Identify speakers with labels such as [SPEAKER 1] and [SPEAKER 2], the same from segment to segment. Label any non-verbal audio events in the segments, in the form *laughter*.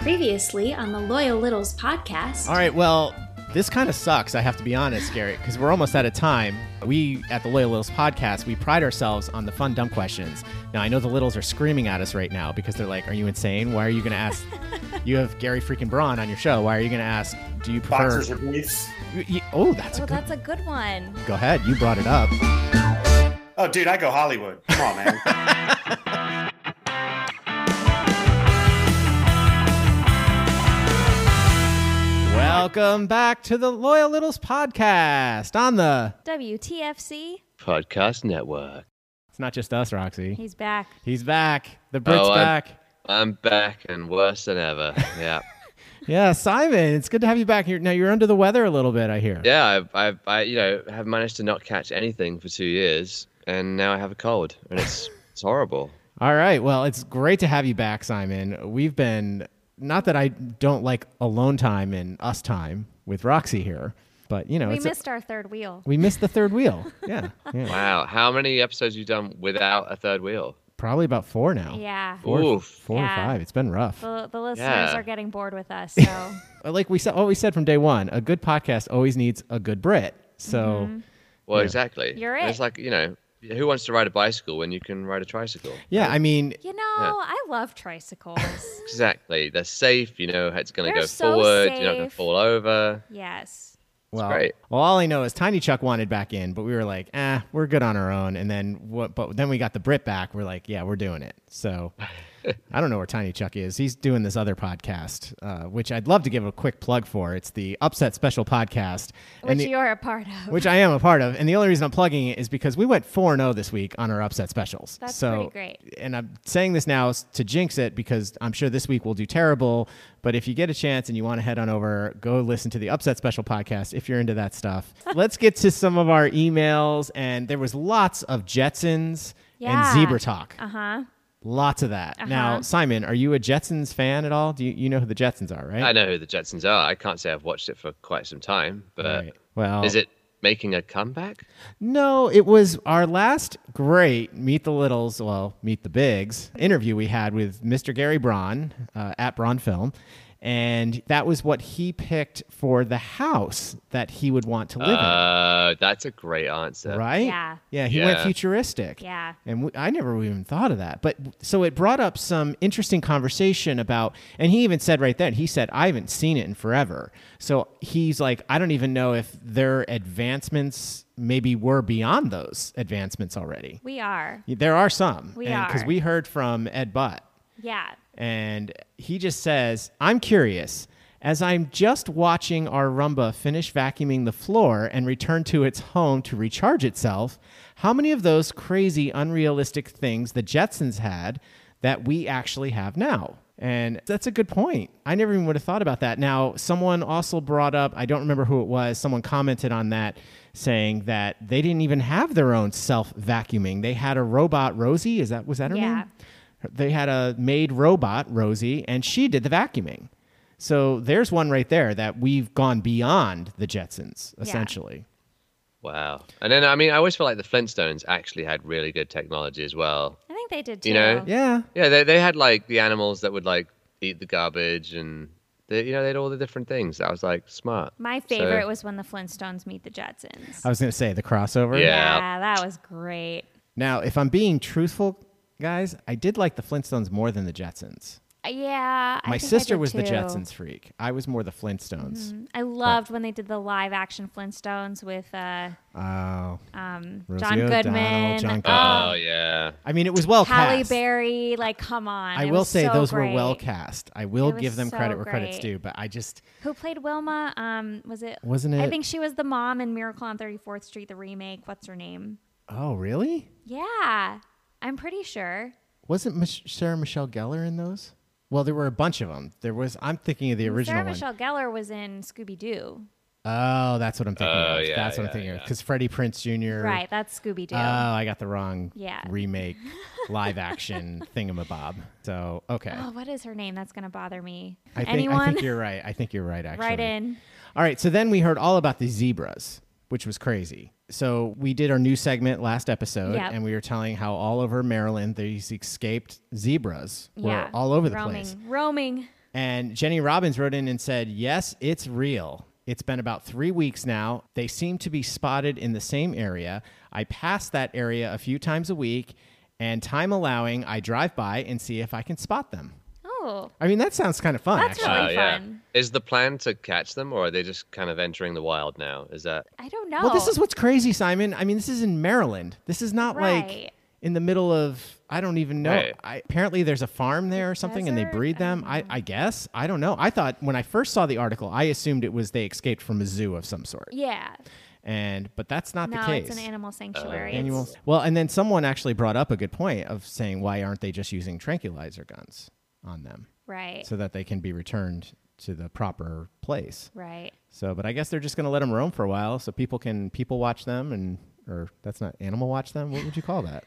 [SPEAKER 1] previously on the Loyal Littles podcast.
[SPEAKER 2] All right, well, this kind of sucks, I have to be honest, Garrett, because we're almost out of time. We at the Loyal Littles podcast, we pride ourselves on the fun, dumb questions. Now, I know the Littles are screaming at us right now because they're like, Are you insane? Why are you going to
[SPEAKER 3] *laughs*
[SPEAKER 2] ask? you have Gary freaking Braun on your show. Why are you going to ask? Do you prefer.
[SPEAKER 4] Boxers or briefs?
[SPEAKER 2] Y- y- Oh, that's
[SPEAKER 3] Oh,
[SPEAKER 2] a good.
[SPEAKER 3] that's a good one.
[SPEAKER 2] Go ahead. You brought it up.
[SPEAKER 4] Oh, dude, I go Hollywood. Come on, man.
[SPEAKER 2] Welcome back to the Loyal Littles podcast on the.
[SPEAKER 3] WTFC?
[SPEAKER 5] Podcast Network.
[SPEAKER 2] It's not just us, Roxy.
[SPEAKER 3] He's back.
[SPEAKER 2] He's back. The Brit's
[SPEAKER 5] Oh, I'm-
[SPEAKER 2] back.
[SPEAKER 5] I'm back and worse than ever. Yeah,
[SPEAKER 2] Yeah, Simon, it's good to have you back here. Now, you're under the weather a little bit, I hear.
[SPEAKER 5] yeah. I've, I've, I, you know, have managed to not catch anything for two years, and now I have a cold, and it's it's horrible.
[SPEAKER 2] All right. Well, it's great to have you back, Simon. We've been not that I don't like alone time and us time with Roxy here, but you know,
[SPEAKER 3] We
[SPEAKER 2] it's a-
[SPEAKER 3] missed our third wheel.
[SPEAKER 2] *laughs* we missed the third wheel. Yeah, yeah.
[SPEAKER 5] Wow, how many episodes you done without a third wheel?
[SPEAKER 2] Probably about four now.
[SPEAKER 3] Yeah.
[SPEAKER 2] Four,
[SPEAKER 5] Oof.
[SPEAKER 2] four or
[SPEAKER 3] Yeah.
[SPEAKER 2] five. It's been rough. Uh,
[SPEAKER 3] The, the listeners
[SPEAKER 5] Yeah.
[SPEAKER 3] are getting bored with us,
[SPEAKER 2] *laughs*
[SPEAKER 3] so
[SPEAKER 2] Like we said, what we said from day one, a good podcast always needs a good Brit. So.
[SPEAKER 3] Mm-hmm.
[SPEAKER 5] Well, exactly.
[SPEAKER 3] You're
[SPEAKER 5] And It's
[SPEAKER 3] it.
[SPEAKER 5] like you know, who wants to ride a bicycle when you can ride a tricycle?
[SPEAKER 2] Yeah, I mean,
[SPEAKER 3] you know, I
[SPEAKER 2] *laughs*
[SPEAKER 3] love tricycles.
[SPEAKER 5] Exactly. They're safe. You know, it's going to
[SPEAKER 3] They're
[SPEAKER 5] go
[SPEAKER 3] so
[SPEAKER 5] forward. You're not going
[SPEAKER 3] safe.
[SPEAKER 5] to fall over.
[SPEAKER 3] yes.
[SPEAKER 2] well,
[SPEAKER 5] great.
[SPEAKER 2] well, all I know is Tiny Chuck wanted back in, but we were like, ah, we're good on our own. And then what? But then we got the Brit back. We're like, yeah, we're doing it. So I don't know where Tiny Chuck is. He's doing this other podcast, uh, which I'd love to give a quick plug for. It's the Upset Special Podcast,
[SPEAKER 3] Which
[SPEAKER 2] and the-
[SPEAKER 3] you're a part of.
[SPEAKER 2] which I am a part of. And the only reason I'm plugging it is because we went four zero this week on our Upset Specials.
[SPEAKER 3] That's
[SPEAKER 2] so,
[SPEAKER 3] pretty great.
[SPEAKER 2] And I'm saying this now s- to jinx it because I'm sure this week we'll do terrible. But if you get a chance and you want to head on over, go listen to the Upset Special podcast if you're into that
[SPEAKER 3] *laughs*
[SPEAKER 2] stuff. Let's get to some of our emails. And there was lots of Jetsons
[SPEAKER 3] Yeah. Uh-huh.
[SPEAKER 2] and Zebra Talk.
[SPEAKER 3] uh huh.
[SPEAKER 2] Lots of that. Now, Simon, are you a Jetsons fan at all? Do you, you know who the Jetsons are, right?
[SPEAKER 5] I know who the Jetsons are. I can't say I've watched it for quite some time, but
[SPEAKER 2] Right. Well,
[SPEAKER 5] is it making a comeback?
[SPEAKER 2] No, it was our last great Meet the Littles, well, Meet the Bigs interview we had with Mr. Gary Braun uh, at Braun Film. And that was what he picked for the house that he would want to live
[SPEAKER 5] Uh, that's a great answer.
[SPEAKER 2] in. Right?
[SPEAKER 3] Yeah.
[SPEAKER 2] Yeah, he went
[SPEAKER 5] Yeah.
[SPEAKER 2] futuristic.
[SPEAKER 3] Yeah.
[SPEAKER 2] And we, I never even thought of that. But so it brought up some interesting conversation about, and he even said right then, he said, I haven't seen it in forever. So he's like, I don't even know if their advancements maybe were beyond those advancements already.
[SPEAKER 3] We are.
[SPEAKER 2] There are some.
[SPEAKER 3] We
[SPEAKER 2] Because
[SPEAKER 3] are.
[SPEAKER 2] we heard from Ed Butt,
[SPEAKER 3] Yeah.
[SPEAKER 2] and he just says, I'm curious. As I'm just watching our Rumba finish vacuuming the floor and return to its home to recharge itself, how many of those crazy, unrealistic things the Jetsons had that we actually have now? And that's a good point. I never even would have thought about that. Now, someone also brought up, I don't remember who it was, someone commented on that saying that they didn't even have their own self vacuuming. They had a robot, Rosie. Is that, was that her
[SPEAKER 3] Yeah.
[SPEAKER 2] name? they had a maid robot, Rosie, and she did the vacuuming. So there's one right there that we've gone beyond the Jetsons, essentially.
[SPEAKER 5] Wow. And then, I mean, I always feel like the Flintstones actually had really good technology as well.
[SPEAKER 3] I think they did too.
[SPEAKER 5] You know?
[SPEAKER 2] Yeah.
[SPEAKER 5] Yeah, they, they had like the animals that would like eat the garbage and, they, you know, they had all the different things. I was like, smart.
[SPEAKER 3] My
[SPEAKER 5] So-
[SPEAKER 3] favorite was when the Flintstones meet the Jetsons.
[SPEAKER 2] I was going to say the crossover.
[SPEAKER 5] Yeah.
[SPEAKER 3] yeah, that was great.
[SPEAKER 2] Now, if I'm being truthful, guys, I did like the Flintstones more than the Jetsons.
[SPEAKER 3] Uh, Yeah. I
[SPEAKER 2] My
[SPEAKER 3] think I
[SPEAKER 2] sister
[SPEAKER 3] did
[SPEAKER 2] was the
[SPEAKER 3] too. Mm-hmm.
[SPEAKER 2] Jetsons freak. I was more the Flintstones.
[SPEAKER 3] I loved when they did the live action Flintstones with uh,
[SPEAKER 2] Oh.
[SPEAKER 3] um,
[SPEAKER 2] Rosie
[SPEAKER 3] John
[SPEAKER 2] O'Donnell,
[SPEAKER 3] Goodman,
[SPEAKER 2] John Goodman.
[SPEAKER 5] Oh,
[SPEAKER 3] um,
[SPEAKER 5] yeah.
[SPEAKER 2] I mean, it was well
[SPEAKER 3] Halle
[SPEAKER 2] cast.
[SPEAKER 3] Berry. Like, come on!
[SPEAKER 2] I
[SPEAKER 3] It
[SPEAKER 2] will
[SPEAKER 3] was
[SPEAKER 2] say
[SPEAKER 3] so
[SPEAKER 2] those were
[SPEAKER 3] great.
[SPEAKER 2] well cast. I will
[SPEAKER 3] It was
[SPEAKER 2] give them
[SPEAKER 3] so
[SPEAKER 2] credit where credit's
[SPEAKER 3] great.
[SPEAKER 2] due, but I just
[SPEAKER 3] Who played Wilma? Um, was it?
[SPEAKER 2] wasn't it.
[SPEAKER 3] I think she was the mom in Miracle on 34th Street, the remake. What's her name?
[SPEAKER 2] oh, really?
[SPEAKER 3] Yeah, I'm pretty sure.
[SPEAKER 2] Wasn't Mich- Sarah Michelle Gellar in those? Well, there were a bunch of them. There was. I'm thinking of the original
[SPEAKER 3] Sarah
[SPEAKER 2] one.
[SPEAKER 3] Michelle Gellar was in Scooby Doo.
[SPEAKER 2] Oh, that's what I'm thinking
[SPEAKER 5] Oh,
[SPEAKER 2] of.
[SPEAKER 5] yeah,
[SPEAKER 2] that's what I'm
[SPEAKER 5] yeah,
[SPEAKER 2] thinking of.
[SPEAKER 5] yeah.
[SPEAKER 2] Because Freddie Prince Jr.
[SPEAKER 3] Right, that's Scooby Doo.
[SPEAKER 2] Oh, I got the wrong
[SPEAKER 3] Yeah. *laughs*
[SPEAKER 2] remake, live action thingamabob. So okay,
[SPEAKER 3] oh, what is her name? That's gonna bother me.
[SPEAKER 2] I think
[SPEAKER 3] Anyone?
[SPEAKER 2] I
[SPEAKER 3] *laughs*
[SPEAKER 2] think you're right. I think you're right. Actually,
[SPEAKER 3] Right in.
[SPEAKER 2] All right, so then we heard all about the zebras, which was crazy. So we did our new segment last episode,
[SPEAKER 3] Yep.
[SPEAKER 2] and we were telling how all over Maryland these escaped zebras were
[SPEAKER 3] yeah.
[SPEAKER 2] all over the
[SPEAKER 3] roaming,
[SPEAKER 2] place.
[SPEAKER 3] Roaming.
[SPEAKER 2] And Jenny Robbins wrote in and said, Yes, it's real. It's been about three weeks now. They seem to be spotted in the same area. I pass that area a few times a week, and time allowing, I drive by and see if I can spot them.
[SPEAKER 3] Oh,
[SPEAKER 2] I mean, that sounds kind of fun,
[SPEAKER 3] That's
[SPEAKER 2] actually.
[SPEAKER 3] really
[SPEAKER 5] Wow, Uh, yeah.
[SPEAKER 3] fun.
[SPEAKER 5] Is the plan to catch them, or are they just kind of entering the wild now? Is that
[SPEAKER 3] I don't know.
[SPEAKER 2] Well, this is what's crazy, Simon. I mean, this is in Maryland. This is not like
[SPEAKER 3] Right.
[SPEAKER 2] in the middle of I don't even know.
[SPEAKER 5] Right.
[SPEAKER 2] I, apparently, there's a farm there or something, and they
[SPEAKER 3] desert?
[SPEAKER 2] breed them. I, I guess I don't know. I thought when I first saw the article, I assumed it was they escaped from a zoo of some sort,
[SPEAKER 3] yeah.
[SPEAKER 2] and but that's not
[SPEAKER 3] No,
[SPEAKER 2] the case. Uh,
[SPEAKER 3] it's an animal sanctuary. It's-
[SPEAKER 2] Annual- Well, and then someone actually brought up a good point of saying why aren't they just using tranquilizer guns on them
[SPEAKER 3] Right.
[SPEAKER 2] so that they can be returned to the proper place.
[SPEAKER 3] right. *laughs*
[SPEAKER 2] So, but I guess they're just going to let them roam for a while so people can people watch them and or that's not animal watch them. What would you call that?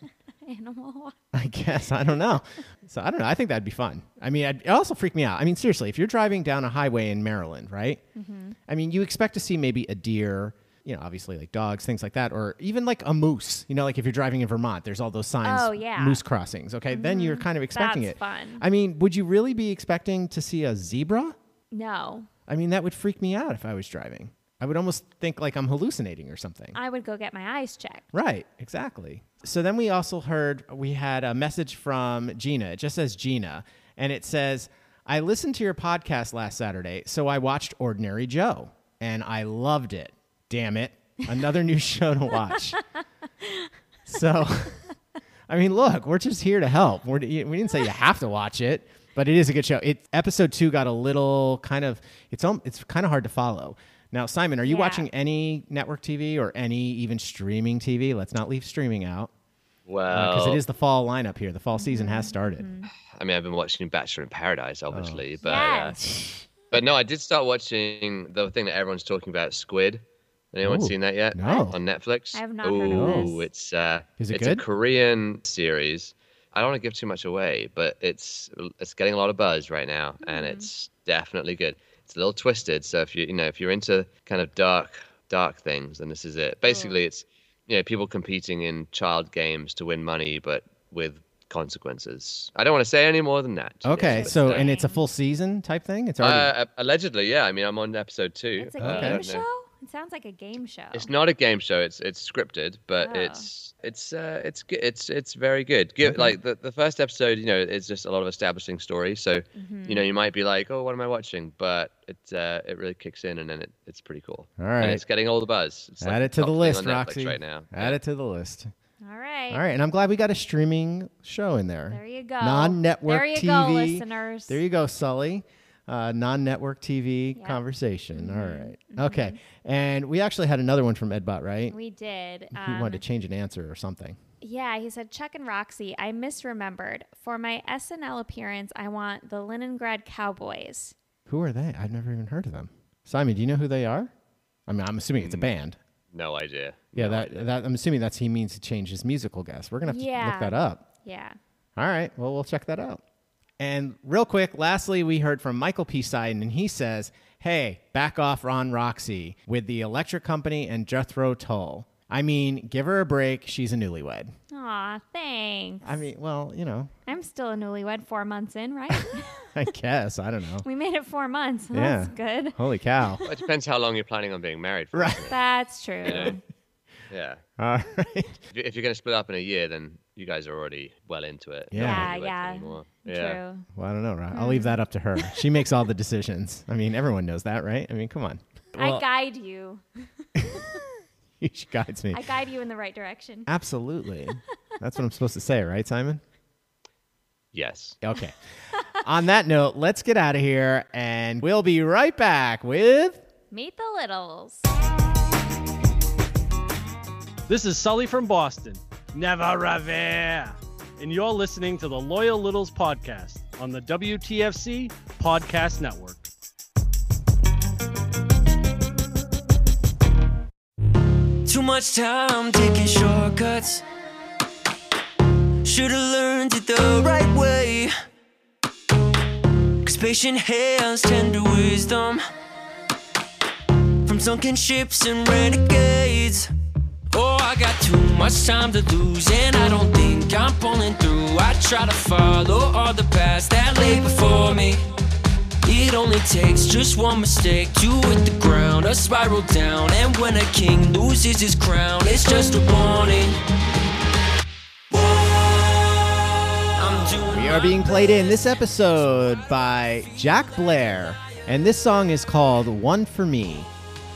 [SPEAKER 3] Animal.
[SPEAKER 2] *laughs* I guess I don't know. So I don't know. I think that'd be fun. I mean, I'd, it also freak me out. I mean, seriously, if you're driving down a highway in Maryland, right?
[SPEAKER 3] Mm-hmm.
[SPEAKER 2] I mean, you expect to see maybe a deer, you know, obviously like dogs, things like that, or even like a moose. You know, like if you're driving in Vermont, there's all those signs,
[SPEAKER 3] Oh, yeah. Mm-hmm.
[SPEAKER 2] moose crossings. Okay, then you're kind of expecting
[SPEAKER 3] That's
[SPEAKER 2] it.
[SPEAKER 3] fun.
[SPEAKER 2] I mean, would you really be expecting to see a zebra?
[SPEAKER 3] No.
[SPEAKER 2] I mean, that would freak me out if I was driving. I would almost think like I'm hallucinating or something.
[SPEAKER 3] I would go get my eyes checked.
[SPEAKER 2] right, exactly. So then we also heard we had a message from Gina. It just says Gina, and it says, I listened to your podcast last Saturday, so I watched Ordinary Joe, and I loved it. Damn it. Another new *laughs* show to watch. So, I mean, look, we're just here to help. We're, we didn't say you have to watch it, but it is a good show. It episode two got a little kind of it's al- it's kind of hard to follow. Now, Simon, are you
[SPEAKER 3] Yeah.
[SPEAKER 2] watching any network TV or any even streaming TV? Let's not leave streaming out because
[SPEAKER 5] well?
[SPEAKER 2] Uh, it is the fall lineup here. The fall season has
[SPEAKER 3] Mm-hmm.
[SPEAKER 2] started.
[SPEAKER 5] I mean, I've been watching Bachelor in Paradise, obviously,
[SPEAKER 2] Oh.
[SPEAKER 5] but uh,
[SPEAKER 3] yes.
[SPEAKER 5] but no, I did start watching the thing that everyone's talking about, Squid. Anyone
[SPEAKER 2] Ooh,
[SPEAKER 5] seen that yet?
[SPEAKER 2] no.
[SPEAKER 5] On Netflix.
[SPEAKER 3] I have not heard of
[SPEAKER 5] Ooh,
[SPEAKER 3] this.
[SPEAKER 5] it's uh,
[SPEAKER 2] Is it
[SPEAKER 5] it's
[SPEAKER 2] good?
[SPEAKER 5] a Korean series. I don't want to give too much away, but it's it's getting a lot of buzz right now, and
[SPEAKER 3] Mm-hmm.
[SPEAKER 5] it's definitely good. It's a little twisted, so if you you know if you're into kind of dark dark things, then this is
[SPEAKER 3] Mm.
[SPEAKER 5] it. Basically, it's you know people competing in child games to win money, but with consequences. I don't want to say any more than that.
[SPEAKER 2] Okay,
[SPEAKER 5] Yes,
[SPEAKER 2] so
[SPEAKER 5] but, uh,
[SPEAKER 2] and it's a full season type thing. It's already
[SPEAKER 5] uh, allegedly, yeah. I mean, I'm on episode two.
[SPEAKER 3] It's a
[SPEAKER 5] Uh, I
[SPEAKER 3] game
[SPEAKER 5] don't know.
[SPEAKER 3] show? It sounds like a game show.
[SPEAKER 5] It's not a game show. It's it's scripted, but
[SPEAKER 3] Oh.
[SPEAKER 5] it's it's uh, it's good. It's it's very good. Give, Like the, the first episode, you know, it's just a lot of establishing story. So
[SPEAKER 3] Mm-hmm.
[SPEAKER 5] you know, you might be like, oh, what am I watching? But it uh, it really kicks in, and then it, it's pretty cool.
[SPEAKER 2] All
[SPEAKER 5] and
[SPEAKER 2] right.
[SPEAKER 5] it's getting all the buzz. It's like
[SPEAKER 2] add it to
[SPEAKER 5] top
[SPEAKER 2] the
[SPEAKER 5] thing on
[SPEAKER 2] list,
[SPEAKER 5] Netflix
[SPEAKER 2] Roxy.
[SPEAKER 5] Right now,
[SPEAKER 2] add it to the list.
[SPEAKER 3] All right.
[SPEAKER 2] All right, and I'm glad we got a streaming show in there.
[SPEAKER 3] There you go.
[SPEAKER 2] Non-network
[SPEAKER 3] There you
[SPEAKER 2] TV.
[SPEAKER 3] go, listeners.
[SPEAKER 2] There you go, Sully. Uh, non-network TV
[SPEAKER 3] Yeah. Mm-hmm.
[SPEAKER 2] conversation. All right. Okay. And we actually had another one from Edbot, right?
[SPEAKER 3] We did.
[SPEAKER 2] he
[SPEAKER 3] Um,
[SPEAKER 2] wanted to change an answer or something.
[SPEAKER 3] yeah, he said, Chuck and Roxy, I misremembered. For my SNL appearance, I want the Leningrad Cowboys.
[SPEAKER 2] Who are they? I've never even heard of them. Simon, do you know who they are? I mean, I'm assuming it's a band.
[SPEAKER 5] Mm. no idea.
[SPEAKER 2] Yeah, that, that I'm assuming that's he means to change his musical guest. We're gonna have to
[SPEAKER 3] Yeah.
[SPEAKER 2] look that up.
[SPEAKER 3] Yeah.
[SPEAKER 2] All right. Well, we'll check that out. And real quick, lastly, we heard from Michael P. Seiden, and he says, Hey, back off Ron Roxy with the Electric Company and Jethro Tull. I mean, give her a break. She's a newlywed.
[SPEAKER 3] Aw, thanks.
[SPEAKER 2] I mean, well, you know,
[SPEAKER 3] I'm still a newlywed four months in,
[SPEAKER 2] *laughs*
[SPEAKER 3] right?
[SPEAKER 2] I guess. I don't know.
[SPEAKER 3] we made it four months. so
[SPEAKER 2] Yeah.
[SPEAKER 3] That's good.
[SPEAKER 2] Holy cow. *laughs*
[SPEAKER 5] Well, it depends how long you're planning on being married for.
[SPEAKER 2] Right.
[SPEAKER 3] That's true.
[SPEAKER 5] Yeah.
[SPEAKER 2] All right.
[SPEAKER 5] If you- If you're going to split up in a year, then you guys are already well into it. You're
[SPEAKER 2] Yeah.
[SPEAKER 5] not
[SPEAKER 3] Yeah,
[SPEAKER 5] newlyweds
[SPEAKER 3] yeah.
[SPEAKER 5] anymore.
[SPEAKER 3] True.
[SPEAKER 2] Well, I don't know, Ron. I'll leave that up to *laughs* her. She makes all the decisions. I mean, everyone knows that, right? I mean, come on. *laughs*
[SPEAKER 3] I guide you.
[SPEAKER 2] She guides me.
[SPEAKER 3] I guide you in the right direction.
[SPEAKER 2] Absolutely. That's what I'm supposed to say, right, Simon?
[SPEAKER 5] Yes.
[SPEAKER 2] Okay. On that note, let's get out of here and we'll be right back with
[SPEAKER 3] Meet the Littles.
[SPEAKER 6] This is Sully from Boston. Never revere. And you're listening to the Loyal Littles podcast on the WTFC Podcast Network.
[SPEAKER 7] Too much time taking shortcuts. Should've learned it the right way. Cause patient hands tend to wisdom from sunken ships and renegades. Oh, I got too much time to lose, and I don't think I'm pulling through. I try to follow all the paths that lay before me. It only takes just one mistake to hit the ground. I spiral down, and when a king loses his crown, it's just a warning. I'm doing
[SPEAKER 2] We are being played in this episode by Jack Blair, and this song is called One for Me.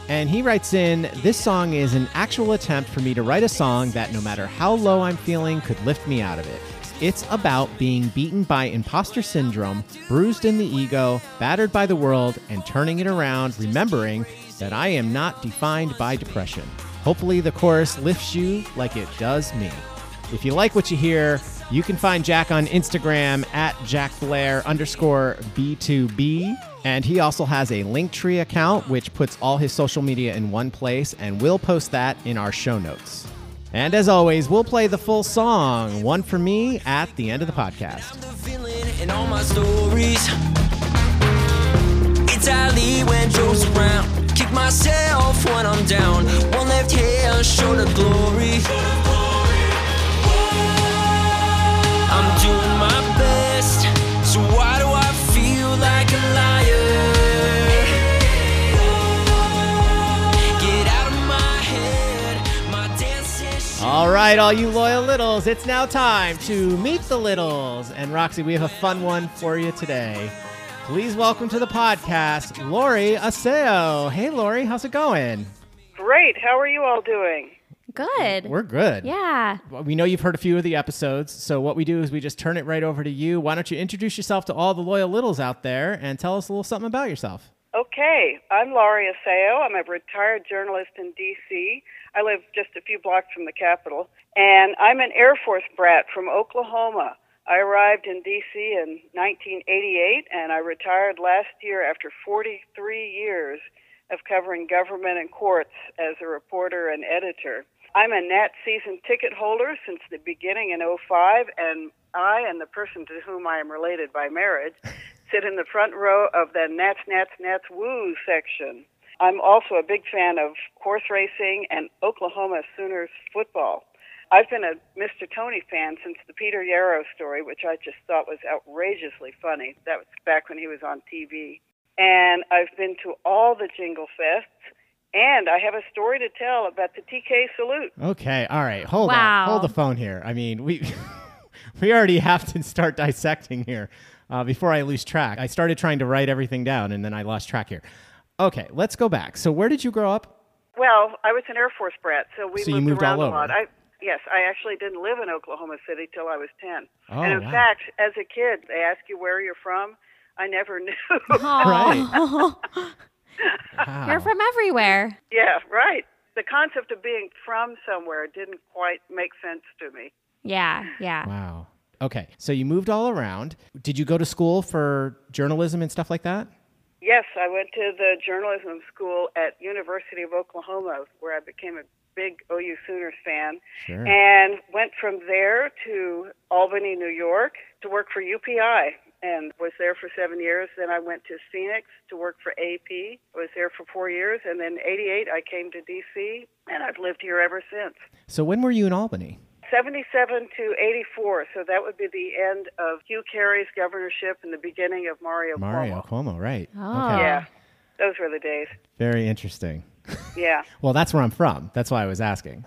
[SPEAKER 2] And he writes in, This song is an actual attempt for me to write a song that, no matter how low I'm feeling, could lift me out of it. It's about being beaten by imposter syndrome, bruised in the ego, battered by the world, and turning it around, remembering that I am not defined by depression. Hopefully, the chorus lifts you like it does me. If you like what you hear, you can find Jack on Instagram at Jack Blair underscore B2B. And he also has a Linktree account, which puts all his social media in one place, and we'll post that in our show notes. And as always, we'll play the full song, One for Me, at the end of the podcast.
[SPEAKER 7] the villain in all my stories. It's Ali when Joe's around. Kick myself when I'm down. One left hand, short of glory. I'm doing my best, so why do I feel like a liar? Get out of my head, my dance is
[SPEAKER 2] All right, all you loyal littles, it's now time to meet the littles. And Roxy, we have a fun one for you today. Please welcome to the podcast Lori Aseo. Hey, Lori, how's it going?
[SPEAKER 8] Great. How are you all doing?
[SPEAKER 3] Good.
[SPEAKER 2] We're good.
[SPEAKER 3] yeah.
[SPEAKER 2] We know you've heard a few of the episodes, so what we do is we just turn it right over to you. Why don't you introduce yourself to all the loyal littles out there and tell us a little something about yourself?
[SPEAKER 8] Okay. I'm Laurie Aseo. I'm a retired journalist in D.C. I live just a few blocks from the Capitol. And I'm an Air Force brat from Oklahoma. I arrived in D.C. in 1988 and I retired last year after 43 years of covering government and courts as a reporter and editor. I'm a Nat season ticket holder since the beginning in 05, and I and the person to whom I am related by marriage sit in the front row of the Nats, Nats, Nats Woo section. I'm also a big fan of horse racing and Oklahoma Sooners football. I've been a Mr. Tony fan since the Peter Yarrow story, which I just thought was outrageously funny. That was back when he was on TV. And I've been to all the Jingle Fests, and I have a story to tell about the TK salute.
[SPEAKER 2] Okay, all right. Hold
[SPEAKER 3] Wow.
[SPEAKER 2] on. Hold the phone here. I mean, we *laughs* we already have to start dissecting here uh, before I lose track. I started trying to write everything down and then I lost track here. Okay, let's go back. So where did you grow up?
[SPEAKER 8] Well, I was an Air Force brat, so we
[SPEAKER 2] So you
[SPEAKER 8] moved,
[SPEAKER 2] moved
[SPEAKER 8] around
[SPEAKER 2] all
[SPEAKER 8] a lot.
[SPEAKER 2] over.
[SPEAKER 8] I yes, I actually didn't live in Oklahoma City till I was ten.
[SPEAKER 2] Oh,
[SPEAKER 8] and in
[SPEAKER 2] wow.
[SPEAKER 8] fact, as a kid, they ask you where you're from. I never *laughs* knew.
[SPEAKER 3] Uh-huh. Aw. *laughs*
[SPEAKER 2] Wow.
[SPEAKER 3] Uh, You're from everywhere.
[SPEAKER 8] yeah, right. The concept of being from somewhere didn't quite make sense to me.
[SPEAKER 3] Yeah. Yeah.
[SPEAKER 2] Wow. Okay, so you moved all around. Did you go to school for journalism and stuff like that?
[SPEAKER 8] Yes, I went to the journalism school at University of Oklahoma, where I became a big OU Sooners fan,
[SPEAKER 2] Sure.
[SPEAKER 8] and went from there to Albany, New York, to work for UPI, and was there for seven years. Then I went to Phoenix to work for AP, was there for four years, and then '88 I came to DC, and I've lived here ever since.
[SPEAKER 2] So when were you in Albany?
[SPEAKER 8] 77 to 84, so that would be the end of Hugh Carey's governorship and the beginning of Mario,
[SPEAKER 2] Mario
[SPEAKER 8] Cuomo.
[SPEAKER 2] Cuomo, right.
[SPEAKER 3] Oh.
[SPEAKER 2] Okay.
[SPEAKER 8] Yeah, those were the days.
[SPEAKER 2] Very interesting.
[SPEAKER 8] Yeah.
[SPEAKER 2] Well, that's where I'm from. That's why I was asking.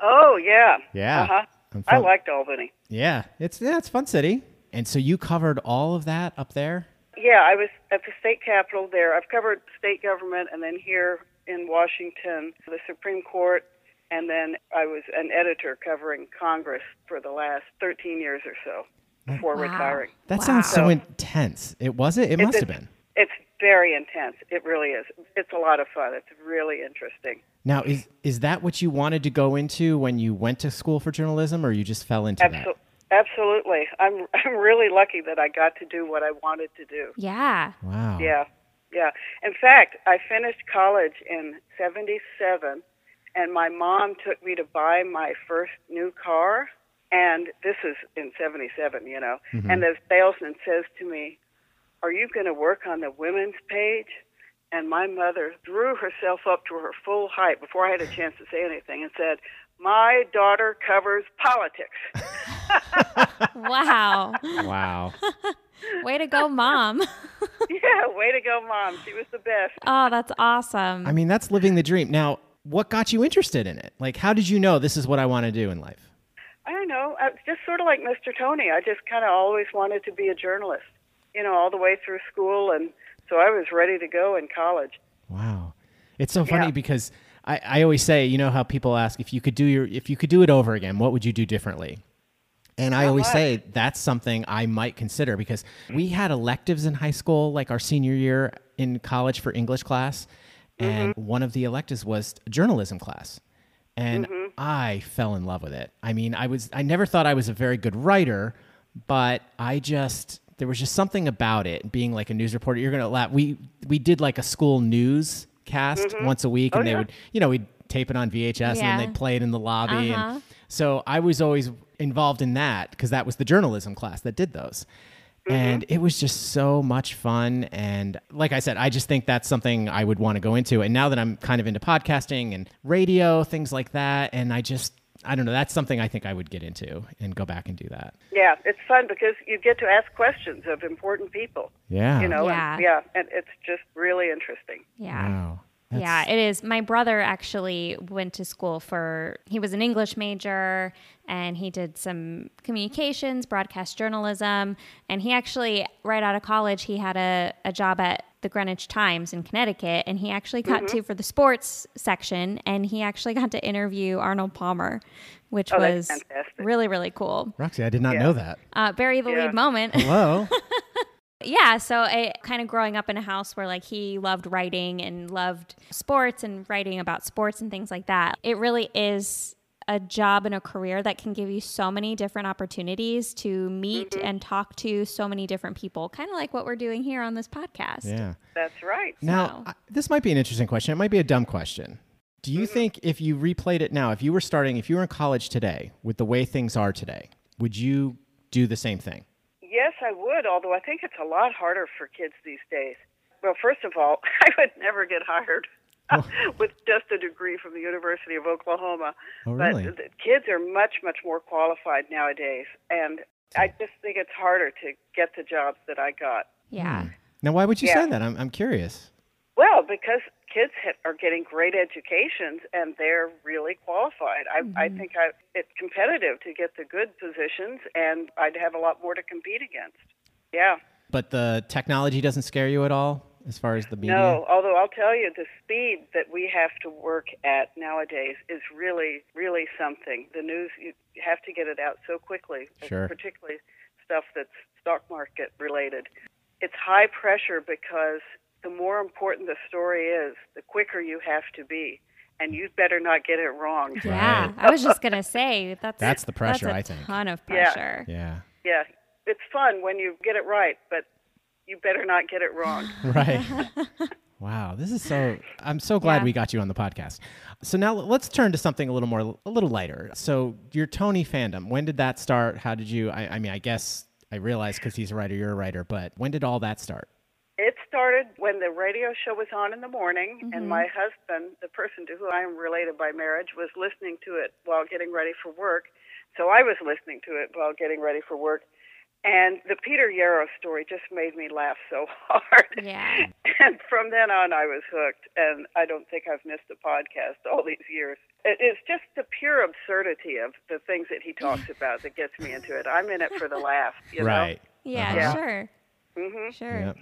[SPEAKER 8] Oh yeah.
[SPEAKER 2] Yeah.
[SPEAKER 8] Uh-huh.
[SPEAKER 2] I'm
[SPEAKER 8] I
[SPEAKER 2] from-
[SPEAKER 8] liked Albany.
[SPEAKER 2] Yeah, it's yeah, it's a fun city. And so you covered all of that up there?
[SPEAKER 8] Yeah, I was at the state capitol there. I've covered state government and then here in Washington, the Supreme Court, and then I was an editor covering Congress for the last 13 years or so before
[SPEAKER 3] Wow.
[SPEAKER 8] retiring.
[SPEAKER 2] That
[SPEAKER 3] Wow.
[SPEAKER 2] sounds so intense. It was it? It must have
[SPEAKER 8] it's-
[SPEAKER 2] been.
[SPEAKER 8] It's very intense. It really is. It's a lot of fun. It's really interesting.
[SPEAKER 2] Now is is that what you wanted to go into when you went to school for journalism or you just fell into
[SPEAKER 8] Absol- absolutely. I'm *laughs* I'm really lucky that I got to do what I wanted to do. *laughs*
[SPEAKER 3] Yeah.
[SPEAKER 2] that? Wow.
[SPEAKER 8] Yeah, yeah. In fact, I finished college in '77, and my mom took me to buy my first new car. And this is in '77, you know. And the salesman says to me, "Are you going to work on the women's page?" And my mother drew herself up to her full height before I had a chance to say anything and said, "My daughter covers politics." *laughs*
[SPEAKER 3] Wow.
[SPEAKER 2] Wow.
[SPEAKER 8] *laughs*
[SPEAKER 3] Way to go, mom.
[SPEAKER 8] yeah, way to go, Mom. She was the best.
[SPEAKER 3] Oh, that's awesome.
[SPEAKER 2] I mean, that's living the dream. Now, what got you interested in it? Like, how did you know this is what I want to do in life?
[SPEAKER 8] I don't know. I, just sort of like Mr. Tony, I just kind of always wanted to be a journalist, you know, all the way through school. And so I was ready to go in college.
[SPEAKER 2] Wow. It's so funny because I, I always say, you know how people ask if you could do your if you could do it over again, what would you do differently? And I always say that's something I might consider because we had electives in high school, like our senior year in college for English class. And one of the electives was journalism class. And I fell in love with it. I mean, I was I never thought I was a very good writer, but I just there was just something about it being like a news reporter. You're gonna laugh. We we did like a school news cast once a week, and they would you know we'd tape it on VHS and then
[SPEAKER 3] Yeah.
[SPEAKER 2] they'd play it in the lobby.
[SPEAKER 3] Uh-huh.
[SPEAKER 2] And so I was always involved in that because that was the journalism class that did those.
[SPEAKER 3] Mm-hmm.
[SPEAKER 2] And it was just so much fun. And like I said, I just think that's something I would want to go into. And now that I'm kind of into podcasting and radio, things like that, and I just, I don't know, that's something I think I would get into and go back and do that.
[SPEAKER 8] Yeah, it's fun because you get to ask questions of important people,
[SPEAKER 2] Yeah.
[SPEAKER 8] you know.
[SPEAKER 3] Yeah.
[SPEAKER 8] And, yeah, and it's just really interesting.
[SPEAKER 3] yeah.
[SPEAKER 2] Wow.
[SPEAKER 3] yeah, it is. My brother actually went to school for, he was an English major and he did some communications, broadcast journalism. And he actually, right out of college, he had a, a job at the Greenwich Times in Connecticut. And he actually got
[SPEAKER 8] Mm-hmm.
[SPEAKER 3] to for the sports section and he actually got to interview Arnold Palmer, which
[SPEAKER 8] Oh,
[SPEAKER 3] was
[SPEAKER 8] that's fantastic.
[SPEAKER 3] really, really cool.
[SPEAKER 2] Roxy, I did not know that.
[SPEAKER 3] Uh, bury the
[SPEAKER 8] Yeah.
[SPEAKER 3] lead moment. *laughs*
[SPEAKER 2] Hello.
[SPEAKER 3] Yeah, so I kind of growing up in a house where like he loved writing and loved sports and writing about sports and things like that. It really is a job and a career that can give you so many different opportunities to meet
[SPEAKER 8] Mm-hmm.
[SPEAKER 3] and talk to so many different people, kind of like what we're doing here on this podcast.
[SPEAKER 2] yeah.
[SPEAKER 8] That's right.
[SPEAKER 2] Now, I, this might be an interesting question. It might be a dumb question. Do
[SPEAKER 8] Mm-hmm.
[SPEAKER 2] you think if you replayed it now, if you were starting, if you were in college today with the way things are today, would you do the same thing?
[SPEAKER 8] Yes, I would, although I think it's a lot harder for kids these days. Well, first of all, *laughs* I would never get hired *laughs* with just a degree from the University of Oklahoma.
[SPEAKER 2] Oh, really?
[SPEAKER 8] But the kids are much, much more qualified nowadays, and I just think it's harder to get the jobs that I got.
[SPEAKER 3] Yeah.
[SPEAKER 2] Now, why would you
[SPEAKER 8] Yeah.
[SPEAKER 2] say that? I'm, I'm curious.
[SPEAKER 8] Well, because kids ha- are getting great educations and they're really qualified. I, I
[SPEAKER 2] Mm-hmm.
[SPEAKER 8] think I, it's competitive to get the good positions, and I'd have a lot more to compete against. Yeah.
[SPEAKER 2] But the technology doesn't scare you at all as far as the media?
[SPEAKER 8] No, although I'll tell you, the speed that we have to work at nowadays is really, really something. The news, you have to get it out so quickly,
[SPEAKER 2] Sure.
[SPEAKER 8] particularly stuff that's stock market related. It's high pressure because the more important the story is, the quicker you have to be. And you'd better not get it wrong.
[SPEAKER 3] Yeah, I was just gonna say that's
[SPEAKER 2] That's the pressure, I
[SPEAKER 3] That's a
[SPEAKER 2] think.
[SPEAKER 3] ton of
[SPEAKER 8] Yeah.
[SPEAKER 3] pressure.
[SPEAKER 2] Yeah.
[SPEAKER 8] Yeah, it's fun when you get it right, but you better not get it wrong.
[SPEAKER 2] Right. wow. This is so, I'm so glad
[SPEAKER 3] Yeah.
[SPEAKER 2] we got you on the podcast. So now let's turn to something a little more, a little lighter. So your Tony fandom, when did that start? How did you, I, I mean, I guess I realize because he's a writer, you're a writer, but when did all that start?
[SPEAKER 8] It started when the radio show was on in the morning, and my husband, the person to who I am related by marriage, was listening to it while getting ready for work. So I was listening to it while getting ready for work. And the Peter Yarrow story just made me laugh so *laughs* hard.
[SPEAKER 3] Yeah.
[SPEAKER 8] And from then on, I was hooked, and I don't think I've missed a podcast all these years. It- It's just the pure absurdity of the things that he talks about that gets me into it. I'm in it for the laugh, you know?
[SPEAKER 2] right.
[SPEAKER 3] Yeah,
[SPEAKER 2] Uh-huh.
[SPEAKER 3] sure.
[SPEAKER 8] Mm-hmm.
[SPEAKER 3] Sure.
[SPEAKER 2] Yep.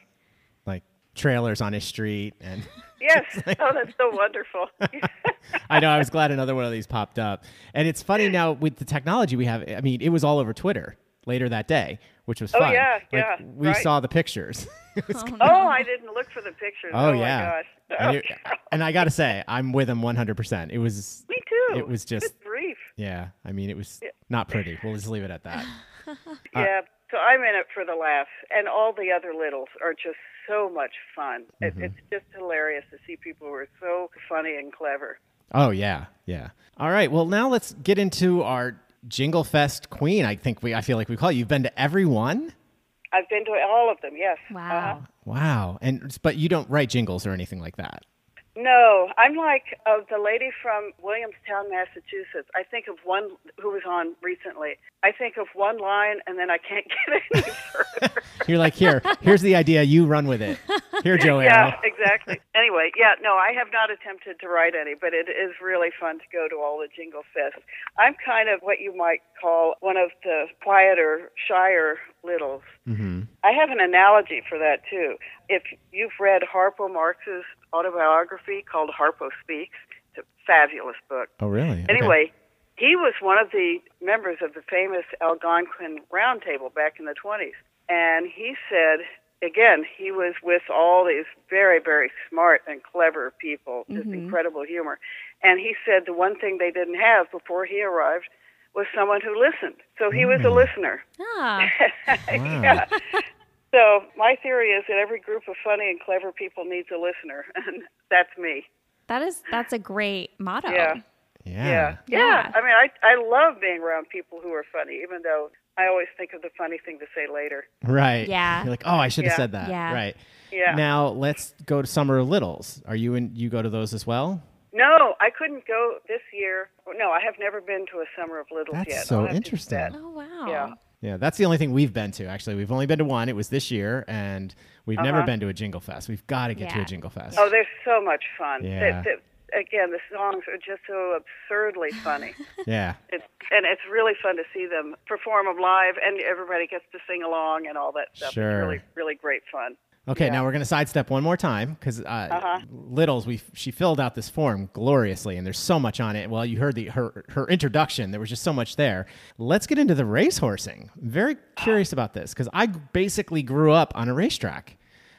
[SPEAKER 2] Like trailers on his street. And *laughs*
[SPEAKER 8] Yes. *laughs* Oh, that's so wonderful.
[SPEAKER 2] I know I was glad another one of these popped up. And it's funny now with the technology we have, I mean, it was all over Twitter later that day, which was fun.
[SPEAKER 8] Oh, yeah,
[SPEAKER 2] Like,
[SPEAKER 8] yeah,
[SPEAKER 2] We
[SPEAKER 8] right.
[SPEAKER 2] saw the picters. It was
[SPEAKER 8] Oh, I didn't look for the pictures.
[SPEAKER 2] Oh,
[SPEAKER 8] Oh,
[SPEAKER 2] yeah.
[SPEAKER 8] my gosh.
[SPEAKER 2] and, it- and I got to say, I'm with him 100%. It was,
[SPEAKER 8] *laughs* Me too.
[SPEAKER 2] it was just,
[SPEAKER 8] Good grief.
[SPEAKER 2] yeah, I mean, it was not pretty. We'll just leave it at that.
[SPEAKER 8] yeah. So I'm in it for the laughs, and all the other littles are just so much fun.
[SPEAKER 2] Mm-hmm.
[SPEAKER 8] It, it's just hilarious to see people who are so funny and clever.
[SPEAKER 2] Oh, yeah, yeah. All right, well, now let's get into our Jingle Fest queen. I think we, I feel like we call you. You've been to every one?
[SPEAKER 8] I've been to all of them. Yes.
[SPEAKER 3] Wow.
[SPEAKER 8] Uh-huh.
[SPEAKER 2] Wow. And, but you don't write jingles or anything like that.
[SPEAKER 8] No, I'm like uh, the lady from Williamstown, Massachusetts. I think of one who was on recently. I think of one line and then I can't *laughs* get any
[SPEAKER 2] *laughs*
[SPEAKER 8] further.
[SPEAKER 2] You're like,
[SPEAKER 8] *laughs*
[SPEAKER 2] here, here's the idea. You run with it. Here, Joe
[SPEAKER 8] yeah,
[SPEAKER 2] Arrow.
[SPEAKER 8] exactly. Anyway, yeah, no, I have not attempted to write any, but it is really fun to go to all the jingle fests. I'm kind of what you might call one of the quieter, shyer littles.
[SPEAKER 2] hmm
[SPEAKER 8] I have an analogy for that too. If you've read Harpo Marx's autobiography called Harpo Speaks, it's a fabulous book.
[SPEAKER 2] Oh, really? Okay.
[SPEAKER 8] Anyway, he was one of the members of the famous Algonquin Roundtable back in the 20s. And he said, again, he was with all these very, very smart and clever people, just incredible humor. And he said the one thing they didn't have before he arrived was someone who listened. So he was a
[SPEAKER 2] Mm.
[SPEAKER 8] listener.
[SPEAKER 3] Ah,
[SPEAKER 2] Wow.
[SPEAKER 8] yeah. So my theory is that every group of funny and clever people needs a listener, *laughs* and that's me.
[SPEAKER 3] that is that's a great motto.
[SPEAKER 8] Yeah.
[SPEAKER 2] yeah.
[SPEAKER 8] Yeah. yeah.
[SPEAKER 3] Yeah.
[SPEAKER 8] I mean, I I love being around people who are funny, even though I always think of the funny thing to say later.
[SPEAKER 2] Right.
[SPEAKER 3] Yeah.
[SPEAKER 2] You're like, oh, I should have
[SPEAKER 8] Yeah.
[SPEAKER 2] said that.
[SPEAKER 3] Yeah.
[SPEAKER 2] Right.
[SPEAKER 8] Yeah.
[SPEAKER 2] Now let's go to Summer Littles. Are you in? You go to those as well?
[SPEAKER 8] No, I couldn't go this year. No, I have never been to a Summer of Littles
[SPEAKER 2] That's
[SPEAKER 8] yet.
[SPEAKER 2] so
[SPEAKER 8] Oh, I'll have to do
[SPEAKER 2] interesting.
[SPEAKER 8] that.
[SPEAKER 3] Oh wow.
[SPEAKER 8] Yeah.
[SPEAKER 2] Yeah, that's the only thing we've been to. Actually, we've only been to one. It was this year, and we've never been to a Jingle Fest. We've got to get to
[SPEAKER 3] Yeah.
[SPEAKER 2] a Jingle Fest.
[SPEAKER 8] Uh-huh. Oh, there's so much fun. The-
[SPEAKER 2] Yeah.
[SPEAKER 8] the- again, the songs are just so absurdly funny.
[SPEAKER 2] yeah.
[SPEAKER 8] It's, and it's really fun to see them perform them live, and everybody gets to sing along and all that stuff.
[SPEAKER 2] Sure.
[SPEAKER 8] It's really, really great fun.
[SPEAKER 2] Okay, now we're going to sidestep one more time because uh,
[SPEAKER 8] Uh-huh.
[SPEAKER 2] Littles, we she filled out this form gloriously, and there's so much on it. Well, you heard the her her introduction; there was just so much there. Let's get into the race horsing. Very
[SPEAKER 8] Oh.
[SPEAKER 2] curious about this because I basically grew up on a racetrack.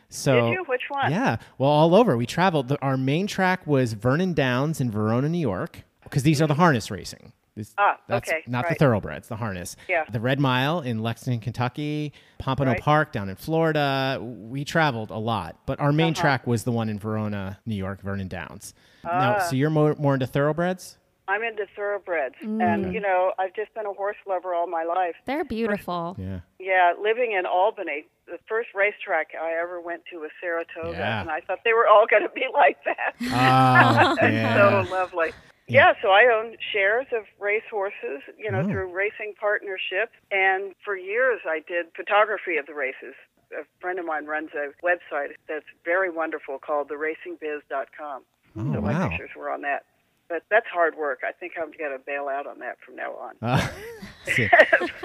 [SPEAKER 2] So
[SPEAKER 8] Did you? Which one?
[SPEAKER 2] Yeah, well, all over. We traveled. The- Our main track was Vernon Downs in Verona, New York, because these are the harness racing. This-
[SPEAKER 8] Mm-hmm. Ah,
[SPEAKER 2] that's
[SPEAKER 8] okay,
[SPEAKER 2] not the
[SPEAKER 8] right.
[SPEAKER 2] thoroughbreds, the harness.
[SPEAKER 8] Yeah.
[SPEAKER 2] The Red Mile in Lexington, Kentucky, Pompano
[SPEAKER 8] Right.
[SPEAKER 2] Park down in Florida. We traveled a lot, but our
[SPEAKER 8] Uh-huh.
[SPEAKER 2] main track was the one in Verona, New York, Vernon Downs.
[SPEAKER 8] Ah.
[SPEAKER 2] now, so you're more, more into
[SPEAKER 8] *laughs*
[SPEAKER 2] thoroughbreds?
[SPEAKER 8] I'm into thoroughbreds,
[SPEAKER 2] Mm.
[SPEAKER 8] and you know, I've just been a horse lover all my life.
[SPEAKER 3] They're beautiful.
[SPEAKER 2] Yeah.
[SPEAKER 8] Yeah, living in Albany, the first racetrack I ever went to was Saratoga,
[SPEAKER 2] Yeah.
[SPEAKER 8] and I thought they were all going to be like that. *laughs*
[SPEAKER 2] Oh, yeah.
[SPEAKER 8] so lovely. Yeah. so I own shares of race horses, you
[SPEAKER 2] Oh.
[SPEAKER 8] know, through racing partnerships, and for years I did photography of the races. A friend of mine runs a website that's very wonderful called theracingbiz.com.
[SPEAKER 2] Oh,
[SPEAKER 8] so
[SPEAKER 2] wow.
[SPEAKER 8] my pictures were on that. But that's hard work. I think I'm going to bail out on that from now on.
[SPEAKER 2] Uh, *laughs* see.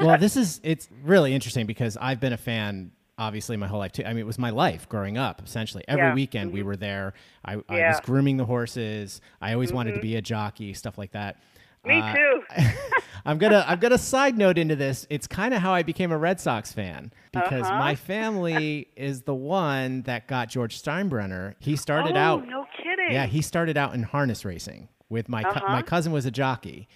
[SPEAKER 2] well, this is it's really interesting because I've been a fan obviously my whole life too. I mean, it was my life growing up essentially. Every
[SPEAKER 8] Yeah. Mm-hmm.
[SPEAKER 2] weekend we were there. I, I was
[SPEAKER 8] Yeah. Mm-hmm.
[SPEAKER 2] grooming the horses. I always wanted to be a jockey, stuff like that.
[SPEAKER 8] Me
[SPEAKER 2] Uh,
[SPEAKER 8] too.
[SPEAKER 2] I'm gonna I've got a side note into this. It's kind of how I became a Red Sox fan because
[SPEAKER 8] Uh-huh.
[SPEAKER 2] my family is the one that got George Steinbrenner. He started
[SPEAKER 8] oh,
[SPEAKER 2] out
[SPEAKER 8] no kidding.
[SPEAKER 2] yeah, he started out in harness racing with my cou-
[SPEAKER 8] Uh-huh.
[SPEAKER 2] my cousin was a jockey.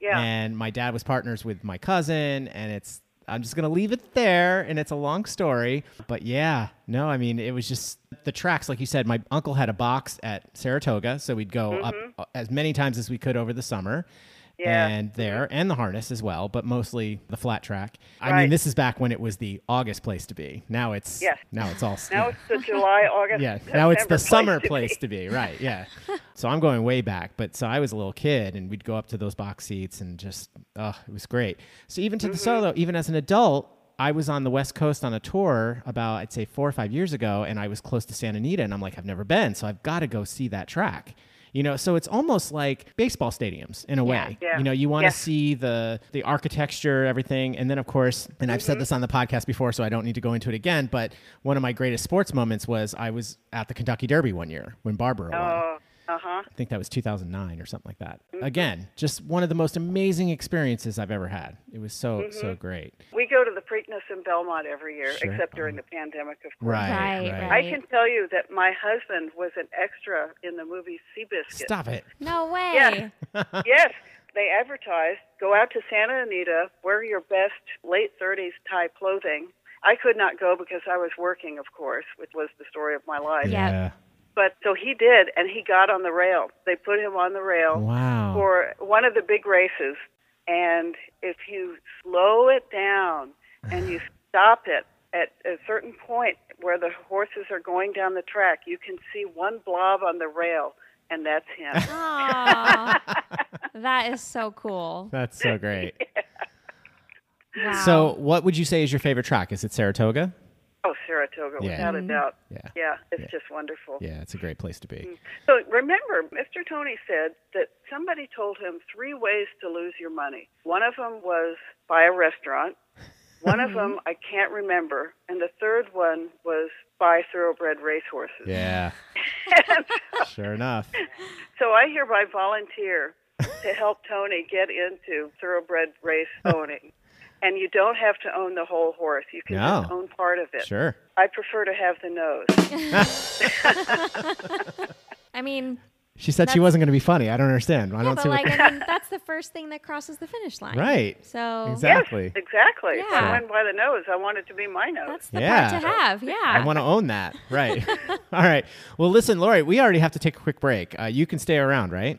[SPEAKER 8] Yeah.
[SPEAKER 2] And my dad was partners with my cousin and it's I'm just going to leave it there and it's a long story, but yeah. No, I mean it was just the tracks like you said my uncle had a box at Saratoga, so we'd go up uh, as many times as we could over the summer.
[SPEAKER 8] Mm-hmm. Yeah.
[SPEAKER 2] And there, and the harness as well, but mostly the flat track. I mean,
[SPEAKER 8] Right.
[SPEAKER 2] this is back when it was the August place to be. Now it's
[SPEAKER 8] Yes.
[SPEAKER 2] now it's all
[SPEAKER 8] now it's
[SPEAKER 2] *laughs*
[SPEAKER 8] the July, August.
[SPEAKER 2] yeah
[SPEAKER 8] *laughs*
[SPEAKER 2] now it's the
[SPEAKER 8] September
[SPEAKER 2] summer place to be right yeah so i'm going way back but so i was a little kid and we'd go up to those box seats and just oh it was great so even to the solo even as an adult i was on the west coast on a tour about i'd say four or five years ago and i was close to santa anita and i'm like i've never been so i've got to go see that track you know so it's almost like baseball stadiums in a way
[SPEAKER 8] Yeah.
[SPEAKER 2] you know you want to
[SPEAKER 8] Yeah.
[SPEAKER 2] see the the architecture everything and then of course and i've said this on the podcast before so i don't need to go into it again but one of my greatest sports moments was i was at the kentucky derby one year when barbara won
[SPEAKER 8] Oh, uh huh.
[SPEAKER 2] i think that was 2009 or something like that again just one of the most amazing experiences i've ever had it was so so great
[SPEAKER 8] We go to the Preakness in Belmont every year,
[SPEAKER 2] Sure.
[SPEAKER 8] except during the pandemic, of course.
[SPEAKER 2] right right,
[SPEAKER 3] Right,
[SPEAKER 8] I
[SPEAKER 3] right.
[SPEAKER 8] can tell you that my husband was an extra in the movie Seabiscuit.
[SPEAKER 2] stop it
[SPEAKER 3] No way.
[SPEAKER 8] Yeah. yes, they advertised go out to Santa Anita, wear your best late 30s tie clothing. I could not go because I was working, of course, which was the story of my life.
[SPEAKER 3] Yeah.
[SPEAKER 8] But so he did, and he got on the rail. They put him on the rail
[SPEAKER 2] wow
[SPEAKER 8] for one of the big races.
[SPEAKER 2] *sighs*
[SPEAKER 8] And if you slow it down and you stop it at a certain point where the horses are going down the track, you can see one blob on the rail, and that's
[SPEAKER 2] *laughs*
[SPEAKER 8] him.
[SPEAKER 3] Aw. that is so cool.
[SPEAKER 2] That's so great.
[SPEAKER 3] Wow.
[SPEAKER 2] So, what would you say is your favorite track? Is it Saratoga?
[SPEAKER 8] oh, Saratoga,
[SPEAKER 2] Yeah.
[SPEAKER 8] without a doubt.
[SPEAKER 2] Yeah.
[SPEAKER 8] Yeah, it's just wonderful.
[SPEAKER 2] Yeah, it's a great place to be.
[SPEAKER 8] So remember, Mr. Tony said that somebody told him three ways to lose your money. One of them was buy a restaurant. One of
[SPEAKER 2] Mm-hmm.
[SPEAKER 8] them I can't remember, and the third one was buy thoroughbred racehorses.
[SPEAKER 2] Yeah. sure enough.
[SPEAKER 8] So I hereby volunteer to help Tony get into thoroughbred race
[SPEAKER 2] *laughs*
[SPEAKER 8] owning. And you don't have to own the whole horse. You can
[SPEAKER 2] No.
[SPEAKER 8] just own part of it.
[SPEAKER 2] Sure.
[SPEAKER 8] I prefer to have the nose.
[SPEAKER 3] I mean,
[SPEAKER 2] She said she
[SPEAKER 3] That's-
[SPEAKER 2] wasn't going to be funny. I don't understand. I
[SPEAKER 3] yeah,
[SPEAKER 2] don't
[SPEAKER 3] but
[SPEAKER 2] see
[SPEAKER 3] like,
[SPEAKER 2] *laughs* what.
[SPEAKER 3] I mean, that's the first thing that crosses the finish line.
[SPEAKER 2] Right.
[SPEAKER 3] So
[SPEAKER 2] Exactly.
[SPEAKER 8] Exactly.
[SPEAKER 3] Yeah.
[SPEAKER 8] I went by the nose. I want it to be my nose.
[SPEAKER 3] that's the
[SPEAKER 2] Yeah.
[SPEAKER 3] part to have. Yeah.
[SPEAKER 2] I want to own that. Right.
[SPEAKER 3] *laughs*
[SPEAKER 2] *laughs* All right. Well, listen, Lori, we already have to take a quick break. Uh, you can stay around, right?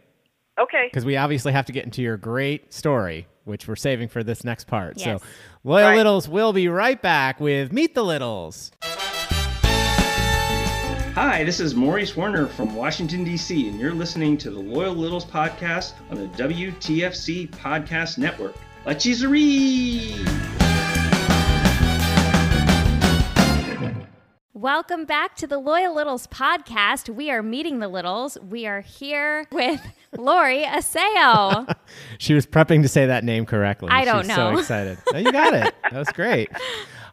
[SPEAKER 8] Okay.
[SPEAKER 2] Because we obviously have to get into your great story, which we're saving for this next part.
[SPEAKER 3] Yes.
[SPEAKER 2] So, Loyal
[SPEAKER 8] Right.
[SPEAKER 2] Littles will be right back with Meet the Littles.
[SPEAKER 9] Hi, this is Maurice Werner from Washington, D.C., and you're listening to the Loyal Littles podcast on the WTFC Podcast Network. La Cheeserie!
[SPEAKER 3] Welcome back to the Loyal Littles podcast. We are meeting the Littles. We are here with Lori Aseo.
[SPEAKER 2] She was prepping to say that name correctly.
[SPEAKER 3] I
[SPEAKER 2] She
[SPEAKER 3] don't
[SPEAKER 2] was
[SPEAKER 3] know.
[SPEAKER 2] So excited. No, you got it. That was
[SPEAKER 3] *laughs*
[SPEAKER 2] great.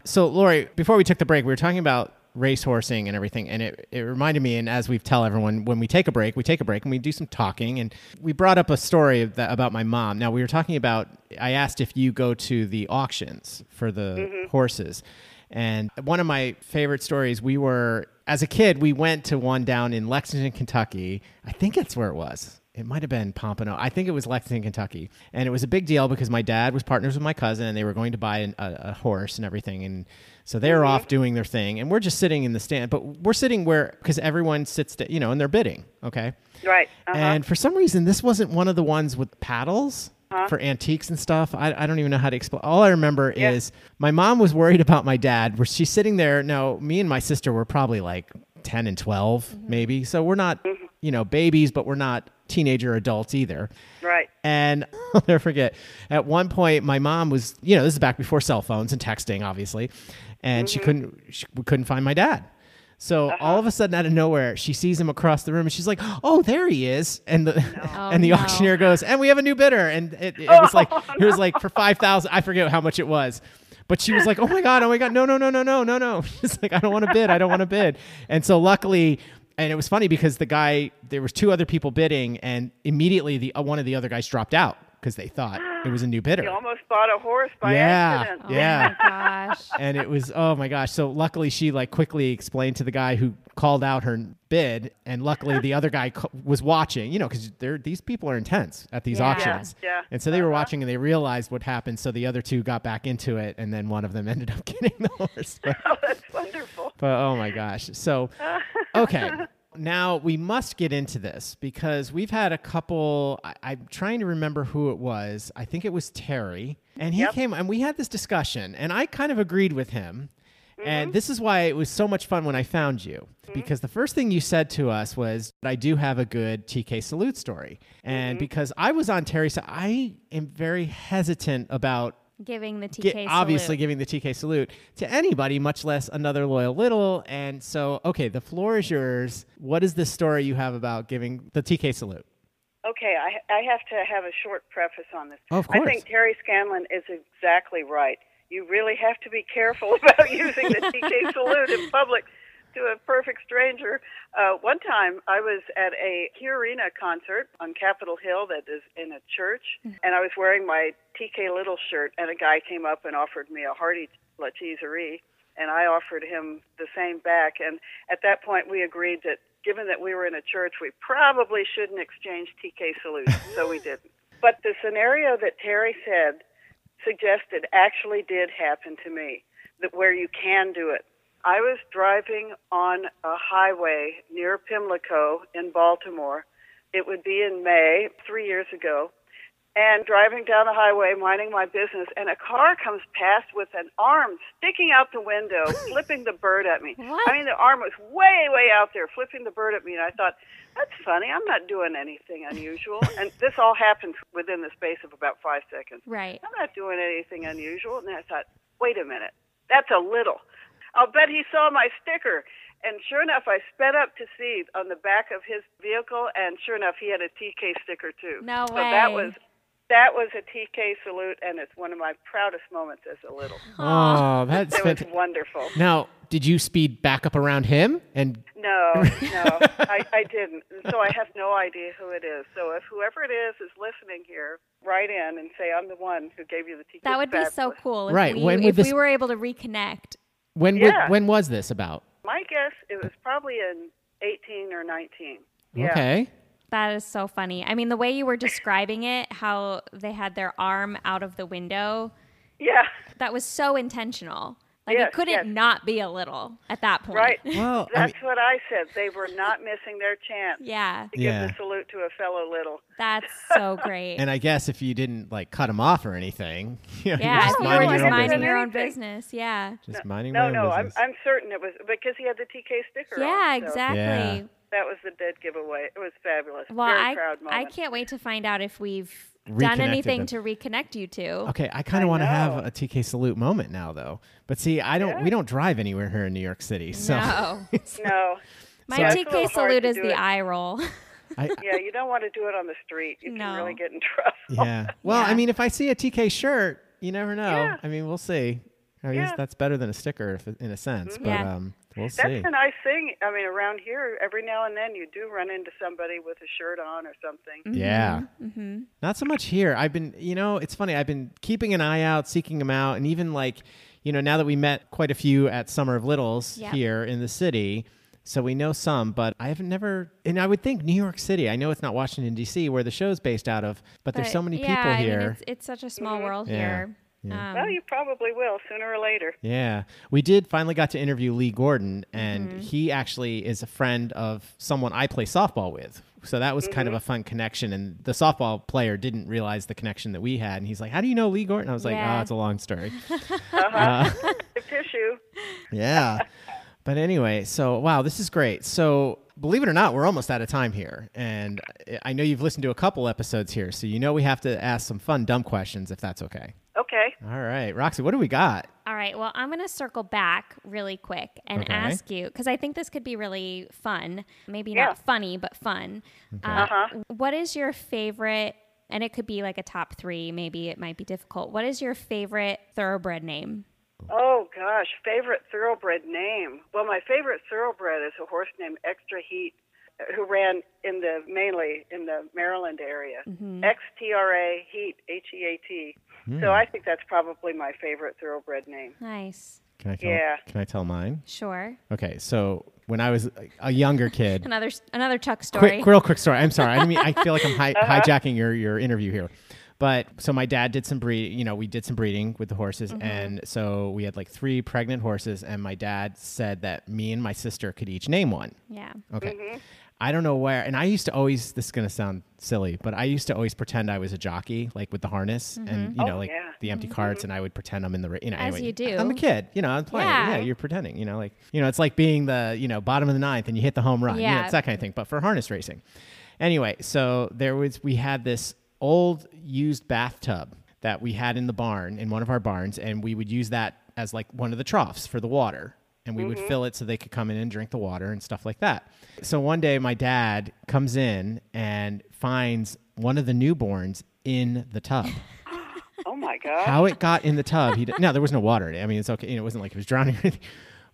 [SPEAKER 2] So, Lori, before we took the break, we were talking about racehorsing and everything, and it, it reminded me. And as we tell everyone, when we take a break, we take a break and we do some talking. And we brought up a story of that, about my mom. Now we were talking about. I asked if you go to the auctions for the
[SPEAKER 3] Mm-hmm.
[SPEAKER 2] horses, and one of my favorite stories. We were as a kid, we went to one down in Lexington, Kentucky. I think that's where it was it might have been Pompano. I think it was Lexington, Kentucky. And it was a big deal because my dad was partners with my cousin and they were going to buy an, a, a horse and everything. And so they're off doing their thing. And we're just sitting in the stand, but we're sitting where, because everyone sits, da- you know, and they're bidding. Okay.
[SPEAKER 8] Right. Uh-huh.
[SPEAKER 2] And for some reason, this wasn't one of the ones with paddles for antiques and stuff. I, I don't even know how to explain. All I remember is my mom was worried about my dad. Where she's sitting there. Now, me and my sister were probably like ten and 12 maybe. So we're not, you know, babies, but we're not teenager adults either.
[SPEAKER 8] right.
[SPEAKER 2] And *laughs* I'll never forget. At one point, my mom was, you know, this is back before cell phones and texting, obviously, and she couldn't, she we couldn't find my dad. So all of a sudden, out of nowhere, she sees him across the room, and she's like, "Oh, there he is!" And the *laughs* and the
[SPEAKER 3] Oh, no.
[SPEAKER 2] auctioneer goes, "And we have a new bidder." And it, it was like it was like for five thousand. I forget how much it was. But she was like, "Oh my god, oh my god, no, no, no, no, no, no, no!" *laughs* She's like, "I don't want to bid, I don't want to bid." And so luckily, and it was funny because the guy, there was two other people bidding, and immediately the uh, one of the other guys dropped out because they thought it was a new bidder.
[SPEAKER 8] You almost bought a horse by
[SPEAKER 2] Yeah. *laughs*
[SPEAKER 8] accident.
[SPEAKER 2] Yeah.
[SPEAKER 3] Oh my gosh.
[SPEAKER 2] and it was oh my gosh! So luckily, she like quickly explained to the guy who called out her bid, and luckily the other guy co- was watching. You know, because they're these people are intense at these
[SPEAKER 3] Yeah.
[SPEAKER 2] auctions,
[SPEAKER 8] Yeah. Uh-huh.
[SPEAKER 2] and so they were watching and they realized what happened. So the other two got back into it, and then one of them *laughs* ended up getting the horse. But-
[SPEAKER 8] Oh, *laughs* that's wonderful.
[SPEAKER 2] But oh my gosh. So, okay. Now we must get into this because we've had a couple. I, I'm trying to remember who it was. I think it was Terry. And he came and we had this discussion, and I kind of agreed with him. And this is why it was so much fun when I found you because the first thing you said to us was, I do have a good TK salute story. And because I was on Terry's, side, I am very hesitant about
[SPEAKER 3] Giving the TK
[SPEAKER 2] get- obviously
[SPEAKER 3] salute.
[SPEAKER 2] giving the TK salute to anybody, much less another loyal little. And so, okay, the floor is yours. What is this story you have about giving the TK salute?
[SPEAKER 8] Okay, I, I have to have a short preface on this.
[SPEAKER 2] Of
[SPEAKER 8] I
[SPEAKER 2] course.
[SPEAKER 8] think Terry Scanlon is exactly right. You really have to be careful *laughs* about using the TK salute in public to a perfect stranger. Uh, one time I was at a Key Arena concert on Capitol Hill that is in a church, and I was wearing my TK Little shirt, and a guy came up and offered me a hearty La Cheeserie, and I offered him the same back. And at that point, we agreed that given that we were in a church, we probably shouldn't exchange TK salutes, so we didn't. But the scenario that Terry said suggested actually did happen to me, that where you can do it. I was driving on a highway near Pimlico in Baltimore. It would be in May, three years ago, and driving down the highway, minding my business, and a car comes past with an arm sticking out the window, flipping the bird at me.
[SPEAKER 3] What?
[SPEAKER 8] I mean, the arm was way, way out there, flipping the bird at me, and I thought, that's funny. I'm not doing anything unusual. and this all happened within the space of about five seconds.
[SPEAKER 3] Right.
[SPEAKER 8] I'm not doing anything unusual. And I thought, wait a minute, that's a little. I'll bet he saw my sticker. And sure enough, I sped up to see on the back of his vehicle, and sure enough, he had a TK sticker too.
[SPEAKER 3] No
[SPEAKER 8] so that
[SPEAKER 3] way.
[SPEAKER 8] was that was a TK salute, and it's one of my proudest moments as a little.
[SPEAKER 2] Oh,
[SPEAKER 8] *laughs*
[SPEAKER 2] that's
[SPEAKER 8] It was
[SPEAKER 2] fantastic.
[SPEAKER 8] wonderful.
[SPEAKER 2] Now, did you speed back up around him? And
[SPEAKER 8] No,
[SPEAKER 2] *laughs*
[SPEAKER 8] no, I, I didn't. So I have no idea who it is. So if whoever it is is listening here, write in and say I'm the one who gave you the TK.
[SPEAKER 3] That would be so
[SPEAKER 8] fabulous."
[SPEAKER 3] cool. If
[SPEAKER 2] Right,
[SPEAKER 3] We,
[SPEAKER 2] when would
[SPEAKER 3] if
[SPEAKER 2] this-
[SPEAKER 3] we were able to reconnect.
[SPEAKER 2] when
[SPEAKER 8] Yeah.
[SPEAKER 2] wa- when was this about?
[SPEAKER 8] My guess, it was probably in 18 or 19. Yeah.
[SPEAKER 2] Okay.
[SPEAKER 3] That is so funny. I mean, the way you were describing it, how they had their arm out of the window, *laughs*
[SPEAKER 8] Yeah,
[SPEAKER 3] that was so intentional. Like
[SPEAKER 8] Yes,
[SPEAKER 3] it couldn't
[SPEAKER 8] yes.
[SPEAKER 3] not be a little at that point.
[SPEAKER 8] right.
[SPEAKER 2] Well, I
[SPEAKER 8] That's what I said. They were not missing their
[SPEAKER 3] *laughs*
[SPEAKER 8] chance
[SPEAKER 3] Yeah.
[SPEAKER 8] to
[SPEAKER 2] Yeah.
[SPEAKER 8] give the salute to a fellow little.
[SPEAKER 3] That's
[SPEAKER 8] *laughs*
[SPEAKER 3] so great.
[SPEAKER 2] and I guess if you didn't like cut him off or anything, *laughs* you know,
[SPEAKER 3] yeah,
[SPEAKER 2] just
[SPEAKER 3] if you
[SPEAKER 2] minding
[SPEAKER 3] were just
[SPEAKER 2] your own
[SPEAKER 3] minding
[SPEAKER 2] business.
[SPEAKER 3] your own
[SPEAKER 8] Anything.
[SPEAKER 3] business. Yeah.
[SPEAKER 2] Just minding my
[SPEAKER 8] No,
[SPEAKER 2] own
[SPEAKER 8] no, I'm,
[SPEAKER 2] business.
[SPEAKER 8] I'm certain it was because he had the TK sticker.
[SPEAKER 3] Yeah,
[SPEAKER 8] on, so
[SPEAKER 3] exactly.
[SPEAKER 8] That was the dead giveaway. It was fabulous.
[SPEAKER 3] Well,
[SPEAKER 8] Very
[SPEAKER 3] I,
[SPEAKER 8] proud moment.
[SPEAKER 3] I can't wait to find out if we've done
[SPEAKER 2] Reconnected
[SPEAKER 3] anything
[SPEAKER 2] them.
[SPEAKER 3] to reconnect you two.
[SPEAKER 2] Okay, I kind
[SPEAKER 8] I
[SPEAKER 2] of want to
[SPEAKER 8] know.
[SPEAKER 2] have a TK salute moment now, though. But see, I don't. We don't drive anywhere here in New York City, so
[SPEAKER 3] No.
[SPEAKER 8] No.
[SPEAKER 3] *laughs* My
[SPEAKER 8] Yeah, it's a
[SPEAKER 3] TK
[SPEAKER 8] little hard
[SPEAKER 3] salute
[SPEAKER 8] to
[SPEAKER 3] is
[SPEAKER 8] do
[SPEAKER 3] the
[SPEAKER 8] it.
[SPEAKER 3] eye roll. *laughs*
[SPEAKER 2] I,
[SPEAKER 8] Yeah, you don't want to do it on the street. You
[SPEAKER 3] No.
[SPEAKER 8] can really get in trouble.
[SPEAKER 2] yeah. Well, I
[SPEAKER 3] Yeah.
[SPEAKER 2] mean, if I see a TK shirt, you never know.
[SPEAKER 8] Yeah.
[SPEAKER 2] I mean, we'll see. I mean,
[SPEAKER 8] Yeah. Mm-hmm.
[SPEAKER 2] that's better than a sticker, if, in a sense. But
[SPEAKER 3] Yeah.
[SPEAKER 2] um, we'll
[SPEAKER 8] *laughs* That's
[SPEAKER 2] see.
[SPEAKER 8] a nice thing. I mean, around here, every now and then you do run into somebody with a shirt on or something.
[SPEAKER 3] Mm-hmm.
[SPEAKER 2] Yeah. Not so much here. I've been, you know, it's funny. I've been keeping an eye out, seeking them out, and even like, you know, now that we met quite a few at Summer of Littles
[SPEAKER 3] Yep.
[SPEAKER 2] here in the city, so we know some, but I haven't never, and I would think New York City. I know it's not Washington D.C. where the show's based out of, but, there's
[SPEAKER 3] But,
[SPEAKER 2] so many
[SPEAKER 3] yeah,
[SPEAKER 2] people
[SPEAKER 3] I mean,
[SPEAKER 2] here.
[SPEAKER 3] it's, it's such a
[SPEAKER 8] Mm-hmm.
[SPEAKER 3] small world
[SPEAKER 2] Yeah.
[SPEAKER 3] here. Um,
[SPEAKER 8] Well, you probably will sooner or later.
[SPEAKER 2] Yeah. We did finally got to interview Lee Gordon, and he actually is a friend of someone I play softball with. So that was kind of a fun connection. And the softball player didn't realize the connection that we had. And he's like, How do you know Lee Gordon? I was like,
[SPEAKER 3] Yeah.
[SPEAKER 2] Oh, it's a long story.
[SPEAKER 8] *laughs* The tissue.
[SPEAKER 2] yeah. But anyway, so wow, this is great. So believe it or not, we're almost out of time here. And I- I know you've listened to a couple episodes here. So you know we have to ask some fun, dumb questions if that's okay.
[SPEAKER 8] Okay.
[SPEAKER 2] All right. Roxy, what do we got?
[SPEAKER 3] All right. Well, I'm going to circle back really quick and
[SPEAKER 2] Okay.
[SPEAKER 3] ask you because I think this could be really fun. Maybe
[SPEAKER 8] Yeah. Uh-huh.
[SPEAKER 3] not funny, but fun. Uh, What is your favorite? And it could be like a top three. Maybe it might be difficult. What is your favorite thoroughbred name?
[SPEAKER 8] Oh gosh, favorite thoroughbred name. Well, my favorite thoroughbred is a horse named Extra Heat, uh, who ran in the mainly in the Maryland area. X T R A Heat H E A T.
[SPEAKER 2] Hmm.
[SPEAKER 8] So I think that's probably my favorite thoroughbred name.
[SPEAKER 3] Nice.
[SPEAKER 2] Can I tell,
[SPEAKER 8] Yeah.
[SPEAKER 2] can I tell mine?
[SPEAKER 3] Sure.
[SPEAKER 2] Okay, so when I was a
[SPEAKER 3] *laughs*
[SPEAKER 2] younger kid,
[SPEAKER 3] Another another Chuck story. Uh-huh.
[SPEAKER 2] quick, real quick story. I'm sorry. I mean, I feel like
[SPEAKER 3] *laughs*
[SPEAKER 2] I'm hi- hijacking your your interview here. But so my dad did some breed, you know, we did some breeding with the horses,
[SPEAKER 3] Mm-hmm.
[SPEAKER 2] and so we had like three pregnant horses, and my dad said that me and my sister could each name one.
[SPEAKER 3] Yeah.
[SPEAKER 2] Okay.
[SPEAKER 3] Mm-hmm.
[SPEAKER 2] I don't know where, and I used to always. This is gonna sound silly, but I used to always pretend I was a jockey, like with the harness and
[SPEAKER 3] Mm-hmm.
[SPEAKER 2] you know, like
[SPEAKER 8] yeah.
[SPEAKER 2] the empty carts, and I would pretend I'm in the. ra- You know,
[SPEAKER 3] Oh, As
[SPEAKER 2] anyway,
[SPEAKER 3] you do.
[SPEAKER 2] I'm a kid. You know, I'm playing. Yeah.
[SPEAKER 3] Yeah.
[SPEAKER 2] you're pretending. You know, like you know, it's like being the you know bottom of the ninth and you hit the home run. You know,
[SPEAKER 3] Yeah.
[SPEAKER 2] it's that kind of thing. But for harness racing, anyway, so there was we had this old used bathtub that we had in the barn in one of our barns, and we would use that as like one of the troughs for the water. And we would fill it so they could come in and drink the water and stuff like that. So one day, my dad comes in and finds one of the newborns in the tub.
[SPEAKER 8] Oh my god.
[SPEAKER 2] How it got in the tub? He d- no, there was no water in it. I mean, it's okay. You know, it wasn't like it was drowning or
[SPEAKER 8] *laughs*
[SPEAKER 2] anything.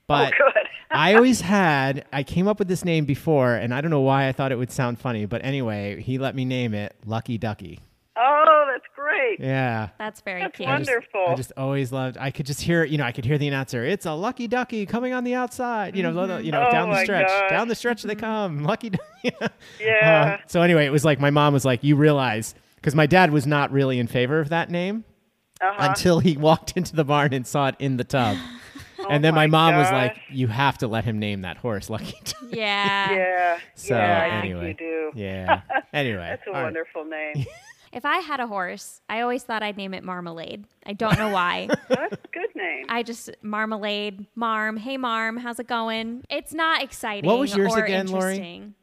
[SPEAKER 2] But
[SPEAKER 8] Oh, Good.
[SPEAKER 2] *laughs* I always had, I came up with this name before, and I don't know why I thought it would sound funny, but anyway, he let me name it Lucky Ducky.
[SPEAKER 8] Oh, that's great.
[SPEAKER 2] Yeah.
[SPEAKER 3] That's very
[SPEAKER 8] That's
[SPEAKER 3] cute.
[SPEAKER 2] I just-
[SPEAKER 8] Wonderful.
[SPEAKER 2] I just always loved. I could just hear, you know, I could hear the announcer. It's a lucky ducky coming on the outside. You know, lo- you know,
[SPEAKER 8] Oh
[SPEAKER 2] down the
[SPEAKER 8] my
[SPEAKER 2] stretch,
[SPEAKER 8] gosh. Mm-hmm.
[SPEAKER 2] down the stretch they come. Lucky. *laughs* ducky.
[SPEAKER 8] Yeah.
[SPEAKER 2] Uh, so anyway, it was like my mom was like, "You realize," because my dad was not really in favor of that name Uh-huh.
[SPEAKER 8] Uh-huh.
[SPEAKER 2] until he walked into the barn and saw it in the
[SPEAKER 8] *gasps*
[SPEAKER 2] tub. and then my,
[SPEAKER 8] Oh my
[SPEAKER 2] mom was
[SPEAKER 8] gosh.
[SPEAKER 2] like, "You have to let him name that horse, Lucky."
[SPEAKER 8] *laughs*
[SPEAKER 2] Ducky."
[SPEAKER 3] yeah.
[SPEAKER 8] yeah.
[SPEAKER 2] So
[SPEAKER 8] yeah, I
[SPEAKER 2] anyway,
[SPEAKER 8] think you do.
[SPEAKER 2] yeah. Anyway,
[SPEAKER 8] That's a
[SPEAKER 2] all right. *laughs*
[SPEAKER 8] wonderful name.
[SPEAKER 3] If I had a horse, I always thought I'd name it Marmalade. I don't know why.
[SPEAKER 2] *laughs*
[SPEAKER 8] That's a good name.
[SPEAKER 3] I just Marmalade, Marm, hey Marm, how's it going? It's not exciting.
[SPEAKER 2] What was yours
[SPEAKER 3] or
[SPEAKER 2] again, Lori?
[SPEAKER 3] interesting.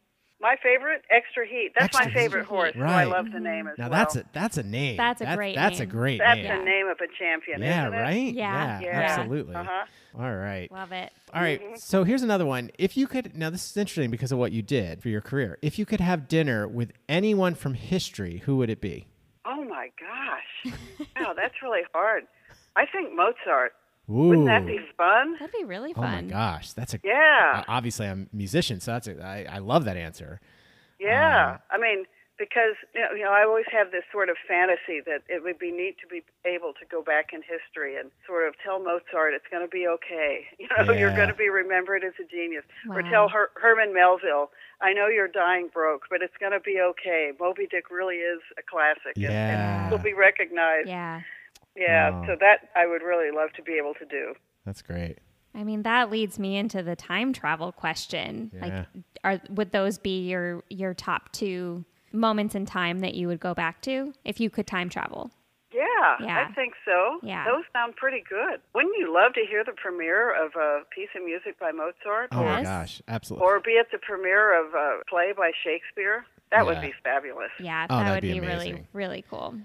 [SPEAKER 8] My favorite, Extra Heat. That's
[SPEAKER 2] Extra
[SPEAKER 8] my favorite
[SPEAKER 2] Heat.
[SPEAKER 8] horse. so I
[SPEAKER 2] Right.
[SPEAKER 8] love the name as
[SPEAKER 2] Now
[SPEAKER 8] well.
[SPEAKER 2] that's a that's a name.
[SPEAKER 3] That's a
[SPEAKER 2] That-
[SPEAKER 3] great
[SPEAKER 2] That's a
[SPEAKER 3] name.
[SPEAKER 2] great
[SPEAKER 8] That's
[SPEAKER 2] name.
[SPEAKER 8] the name of a champion.
[SPEAKER 2] Yeah,
[SPEAKER 8] isn't it?
[SPEAKER 2] right? Yeah,
[SPEAKER 3] Yeah.
[SPEAKER 8] Yeah.
[SPEAKER 2] absolutely.
[SPEAKER 8] Uh-huh. Mm-hmm.
[SPEAKER 2] All right.
[SPEAKER 3] Love it.
[SPEAKER 2] All right. So here's another one. If you could, now this is interesting because of what you did for your career. If you could have dinner with anyone from history, who would it be?
[SPEAKER 8] Oh my
[SPEAKER 2] *laughs*
[SPEAKER 8] gosh. wow, that's really hard. I think Mozart.
[SPEAKER 2] Ooh.
[SPEAKER 8] Wouldn't that be fun?
[SPEAKER 3] That'd be really
[SPEAKER 2] oh my
[SPEAKER 3] fun.
[SPEAKER 2] gosh. That's a,
[SPEAKER 8] Yeah.
[SPEAKER 2] uh, obviously I'm a musician, so that's a, I, I love that answer.
[SPEAKER 8] Yeah,
[SPEAKER 2] Um,
[SPEAKER 8] I mean, because you know, you know, I always have this sort of fantasy that it would be neat to be able to go back in history and sort of tell Mozart it's going to be okay. *laughs* You know,
[SPEAKER 2] Yeah.
[SPEAKER 8] you're going to be remembered as a genius, or
[SPEAKER 3] Wow.
[SPEAKER 8] tell Her- Herman Melville, I know you're dying broke, but it's going to be okay. Moby Dick really is a classic. and-
[SPEAKER 2] Yeah.
[SPEAKER 8] And, will be recognized. Yeah,
[SPEAKER 3] Yeah.
[SPEAKER 2] Wow.
[SPEAKER 8] so that I would really love to be able to do.
[SPEAKER 2] That's great.
[SPEAKER 3] I mean, that leads me into the time travel question.
[SPEAKER 2] Yeah.
[SPEAKER 3] Like, are would those be your your top two moments in time that you would go back to if you could time travel?
[SPEAKER 8] Yeah,
[SPEAKER 3] Yeah.
[SPEAKER 8] I think so.
[SPEAKER 3] Yeah.
[SPEAKER 8] Those sound pretty good. Wouldn't you love to hear the premiere of a piece of music by Mozart?
[SPEAKER 2] Oh my
[SPEAKER 3] Yes.
[SPEAKER 2] gosh. Absolutely.
[SPEAKER 8] or be at the premiere of a play by Shakespeare. That would
[SPEAKER 2] Yeah.
[SPEAKER 8] be fabulous.
[SPEAKER 3] Yeah,
[SPEAKER 2] Oh,
[SPEAKER 3] that
[SPEAKER 2] that'd
[SPEAKER 3] would
[SPEAKER 2] be
[SPEAKER 3] be, really
[SPEAKER 2] amazing.
[SPEAKER 3] really cool.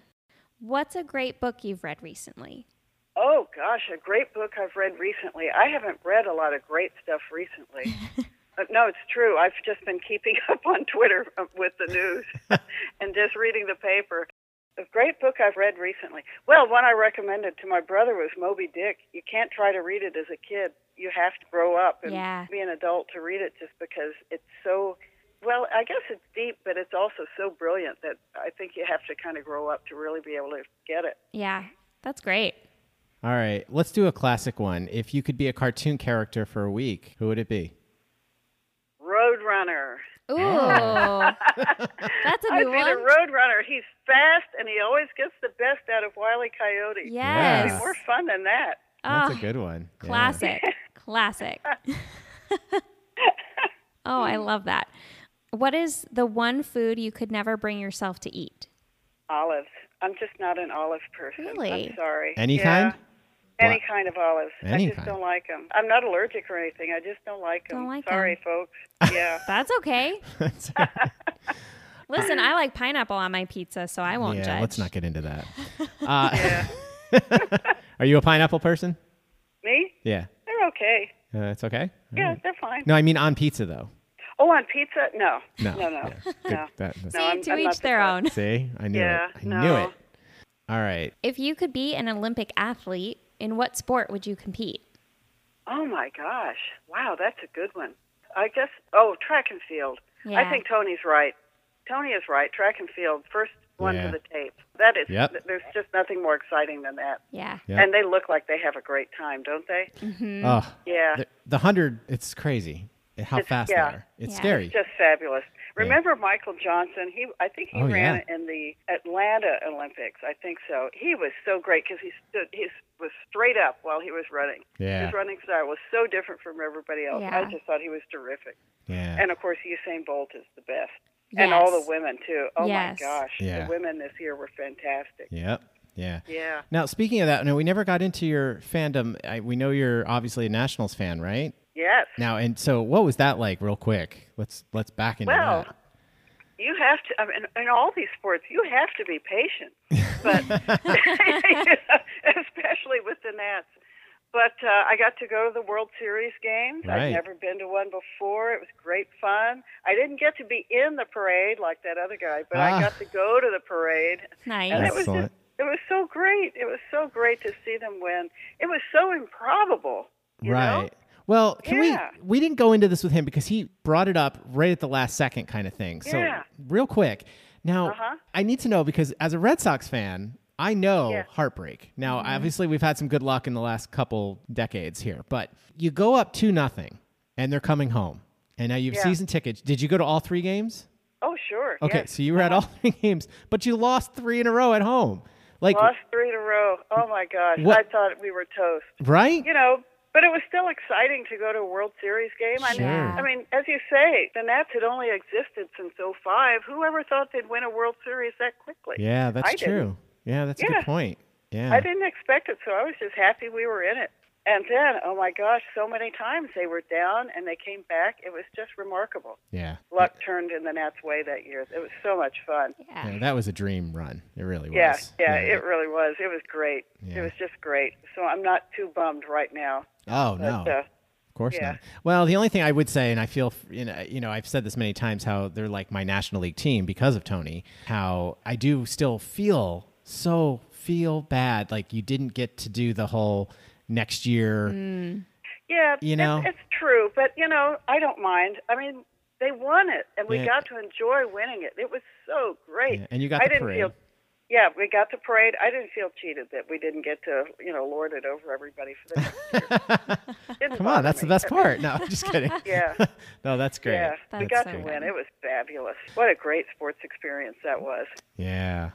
[SPEAKER 3] What's a great book you've read recently?
[SPEAKER 8] Oh gosh, a great book I've read recently. I haven't read a lot of great stuff recently. Uh, no, it's true. I've just been keeping *laughs* up on Twitter uh, with the news and just reading the paper. A great book I've read recently. Well, one I recommended to my brother was Moby Dick. You can't try to read it as a kid. You have to grow up and
[SPEAKER 3] Yeah.
[SPEAKER 8] be an adult to read it just because it's so well, I guess it's deep, but it's also so brilliant that I think you have to kind of grow up to really be able to get it.
[SPEAKER 3] Yeah, that's great.
[SPEAKER 2] All right. Let's do a classic one. If you could be a cartoon character for a week, who would it be?
[SPEAKER 8] Roadrunner.
[SPEAKER 3] Ooh,
[SPEAKER 2] *laughs*
[SPEAKER 3] that's a
[SPEAKER 8] I've
[SPEAKER 3] new
[SPEAKER 8] been a
[SPEAKER 3] one.
[SPEAKER 8] roadrunner. He's fast, and he always gets the best out of Wiley Coyote.
[SPEAKER 3] Yes,
[SPEAKER 2] Yeah.
[SPEAKER 8] More fun than that.
[SPEAKER 2] That's
[SPEAKER 3] Oh,
[SPEAKER 8] Ah,
[SPEAKER 2] a good one. Yeah.
[SPEAKER 3] classic,
[SPEAKER 2] *laughs*
[SPEAKER 3] classic. oh, I love that. What is the one food you could never bring yourself to eat?
[SPEAKER 8] Olives. I'm just not an olive person.
[SPEAKER 3] Really?
[SPEAKER 8] I'm sorry.
[SPEAKER 2] Any
[SPEAKER 8] Yeah.
[SPEAKER 2] kind?
[SPEAKER 8] Any
[SPEAKER 2] Wha-
[SPEAKER 8] kind of olives.
[SPEAKER 2] Any
[SPEAKER 8] I just
[SPEAKER 2] kind.
[SPEAKER 8] don't like them. I'm not allergic or anything. I just don't like them.
[SPEAKER 3] Don't like
[SPEAKER 8] sorry,
[SPEAKER 2] *laughs*
[SPEAKER 8] folks. Yeah.
[SPEAKER 3] That's okay. Listen, I like pineapple on my pizza, so I won't
[SPEAKER 2] yeah,
[SPEAKER 3] judge.
[SPEAKER 2] let's not get into
[SPEAKER 8] *laughs*
[SPEAKER 2] that. Uh, *laughs* are you a pineapple person?
[SPEAKER 8] Me?
[SPEAKER 2] Yeah.
[SPEAKER 8] They're okay.
[SPEAKER 2] Uh, it's okay.
[SPEAKER 8] Yeah, they're fine.
[SPEAKER 2] No, I mean on pizza though.
[SPEAKER 8] Oh, on pizza? No.
[SPEAKER 2] No.
[SPEAKER 8] No, *laughs* no.
[SPEAKER 2] Yeah. Good.
[SPEAKER 8] No.
[SPEAKER 2] That- that's-
[SPEAKER 3] See,
[SPEAKER 8] I'm-
[SPEAKER 3] to
[SPEAKER 8] I'm not
[SPEAKER 3] each their
[SPEAKER 8] surprised.
[SPEAKER 3] own.
[SPEAKER 2] See, I knew
[SPEAKER 8] Yeah,
[SPEAKER 2] it. I knew
[SPEAKER 8] no.
[SPEAKER 2] it. All right.
[SPEAKER 3] If you could be an Olympic athlete, in what sport would you compete?
[SPEAKER 8] Oh my gosh. Wow, that's a good one. I guess oh, track and field.
[SPEAKER 3] Yeah.
[SPEAKER 8] I think Tony's right. Tony is right. Track and field, first one
[SPEAKER 2] Yeah.
[SPEAKER 8] for the tape. That is
[SPEAKER 2] Yep.
[SPEAKER 8] th- there's just nothing more exciting than that.
[SPEAKER 3] Yeah.
[SPEAKER 2] Yep.
[SPEAKER 8] And they look like they have a great time, don't they?
[SPEAKER 3] Mm-hmm.
[SPEAKER 2] Oh,
[SPEAKER 8] Mm. Yeah.
[SPEAKER 2] the, the hundred. It's crazy how
[SPEAKER 8] It's-
[SPEAKER 2] fast
[SPEAKER 8] yeah.
[SPEAKER 2] they are. It's
[SPEAKER 3] Yeah.
[SPEAKER 2] scary.
[SPEAKER 8] Just fabulous. Remember Michael Johnson? He I think he
[SPEAKER 2] Oh,
[SPEAKER 8] ran
[SPEAKER 2] yeah.
[SPEAKER 8] in the Atlanta Olympics. I think so. He was so great because he stood he was straight up while he was running.
[SPEAKER 2] Yeah.
[SPEAKER 8] His running style was so different from everybody else.
[SPEAKER 3] Yeah.
[SPEAKER 8] I just thought he was terrific.
[SPEAKER 2] yeah.
[SPEAKER 8] And of course, Usain Bolt is the best. And all the
[SPEAKER 3] Yes.
[SPEAKER 8] women, too. Oh
[SPEAKER 3] Yes.
[SPEAKER 8] my gosh.
[SPEAKER 2] Yeah.
[SPEAKER 8] The women this year were fantastic.
[SPEAKER 2] yep. Yeah.
[SPEAKER 8] Yeah.
[SPEAKER 2] Now speaking of that, no, we never got into your fandom. I, we know you're obviously a Nationals fan, right?
[SPEAKER 8] Yes.
[SPEAKER 2] Now and so, what was that like, real quick? Let's let's back into
[SPEAKER 8] Well,
[SPEAKER 2] that.
[SPEAKER 8] you have to, I mean, in all these sports, you have to
[SPEAKER 2] *laughs*
[SPEAKER 8] be patient, but *laughs* especially with the Nats. But uh, I got to go to the World Series games.
[SPEAKER 2] Right.
[SPEAKER 8] I'd never been to one before. It was great fun. I didn't get to be in the parade like that other guy, but
[SPEAKER 2] Ah.
[SPEAKER 8] I got to go to the parade. And
[SPEAKER 3] Nice.
[SPEAKER 8] it was
[SPEAKER 2] Excellent.
[SPEAKER 8] just, it was so great. It was so great to see them win. It was so improbable. you know?
[SPEAKER 2] Right. Well, can
[SPEAKER 8] Yeah.
[SPEAKER 2] we we didn't go into this with him because he brought it up right at the last second kind of thing.
[SPEAKER 8] Yeah.
[SPEAKER 2] So real quick. Now
[SPEAKER 8] Uh-huh.
[SPEAKER 2] I need to know because as a Red Sox fan, I know
[SPEAKER 8] Yeah. Mm-hmm.
[SPEAKER 2] heartbreak. Now obviously we've had some good luck in the last couple decades here, but you go up two nothing and they're coming home. And now you've
[SPEAKER 8] Yeah.
[SPEAKER 2] season tickets. Did you go to all three games?
[SPEAKER 8] Oh, sure.
[SPEAKER 2] Okay,
[SPEAKER 8] yes.
[SPEAKER 2] so you were at all *laughs* three games, but you lost three in a row at home. Like
[SPEAKER 8] Lost three in a row. Oh, my gosh.
[SPEAKER 2] What-
[SPEAKER 8] I thought we were toast.
[SPEAKER 2] right?
[SPEAKER 8] You know, But it was still exciting to go to a World Series game. I mean,
[SPEAKER 2] Sure.
[SPEAKER 8] I mean, as you say, the Nats had only existed since '05. Whoever thought they'd win a World Series that quickly?
[SPEAKER 2] Yeah, that's
[SPEAKER 8] I
[SPEAKER 2] true.
[SPEAKER 8] didn't.
[SPEAKER 2] Yeah, that's a
[SPEAKER 8] Yeah.
[SPEAKER 2] good point. Yeah.
[SPEAKER 8] I didn't expect it, so I was just happy we were in it. And then, oh my gosh, so many times they were down and they came back. It was just remarkable.
[SPEAKER 2] Yeah.
[SPEAKER 8] Luck turned in the Nats' way that year. It was so much fun.
[SPEAKER 3] Yeah.
[SPEAKER 2] Yeah, that was a dream run. It really was.
[SPEAKER 8] Yeah, yeah, it really was. It was great.
[SPEAKER 2] Yeah.
[SPEAKER 8] It was just great. So I'm not too bummed right now.
[SPEAKER 2] Oh no.
[SPEAKER 8] But, uh,
[SPEAKER 2] Of course
[SPEAKER 8] Yeah.
[SPEAKER 2] not. Well, the only thing I would say, and I feel, f- you know, you know, I've said this many times how they're like my National League team because of Tony, how I do still feel so feel bad. Like you didn't get to do the whole next year.
[SPEAKER 8] yeah,
[SPEAKER 2] You
[SPEAKER 8] it's-
[SPEAKER 2] know?
[SPEAKER 8] it's, true. But, you know, I don't mind. I mean, they won it, and we
[SPEAKER 2] Yeah.
[SPEAKER 8] got to enjoy winning it. It was so great.
[SPEAKER 2] Yeah, and you got
[SPEAKER 8] I
[SPEAKER 2] the
[SPEAKER 8] didn't
[SPEAKER 2] parade.
[SPEAKER 8] Feel, yeah, we got the parade. I didn't feel cheated that we didn't get to, you know, lord it over everybody for the
[SPEAKER 2] *laughs*
[SPEAKER 8] Didn't
[SPEAKER 2] Come on,
[SPEAKER 8] bother
[SPEAKER 2] that's the
[SPEAKER 8] me.
[SPEAKER 2] best part. No, I'm
[SPEAKER 8] *laughs*
[SPEAKER 2] just kidding.
[SPEAKER 8] Yeah.
[SPEAKER 2] *laughs* no, that's great.
[SPEAKER 8] Yeah, we
[SPEAKER 3] That's
[SPEAKER 8] got
[SPEAKER 3] so
[SPEAKER 8] to
[SPEAKER 3] good.
[SPEAKER 8] win. It was fabulous. What a great sports experience that was.
[SPEAKER 2] Yeah.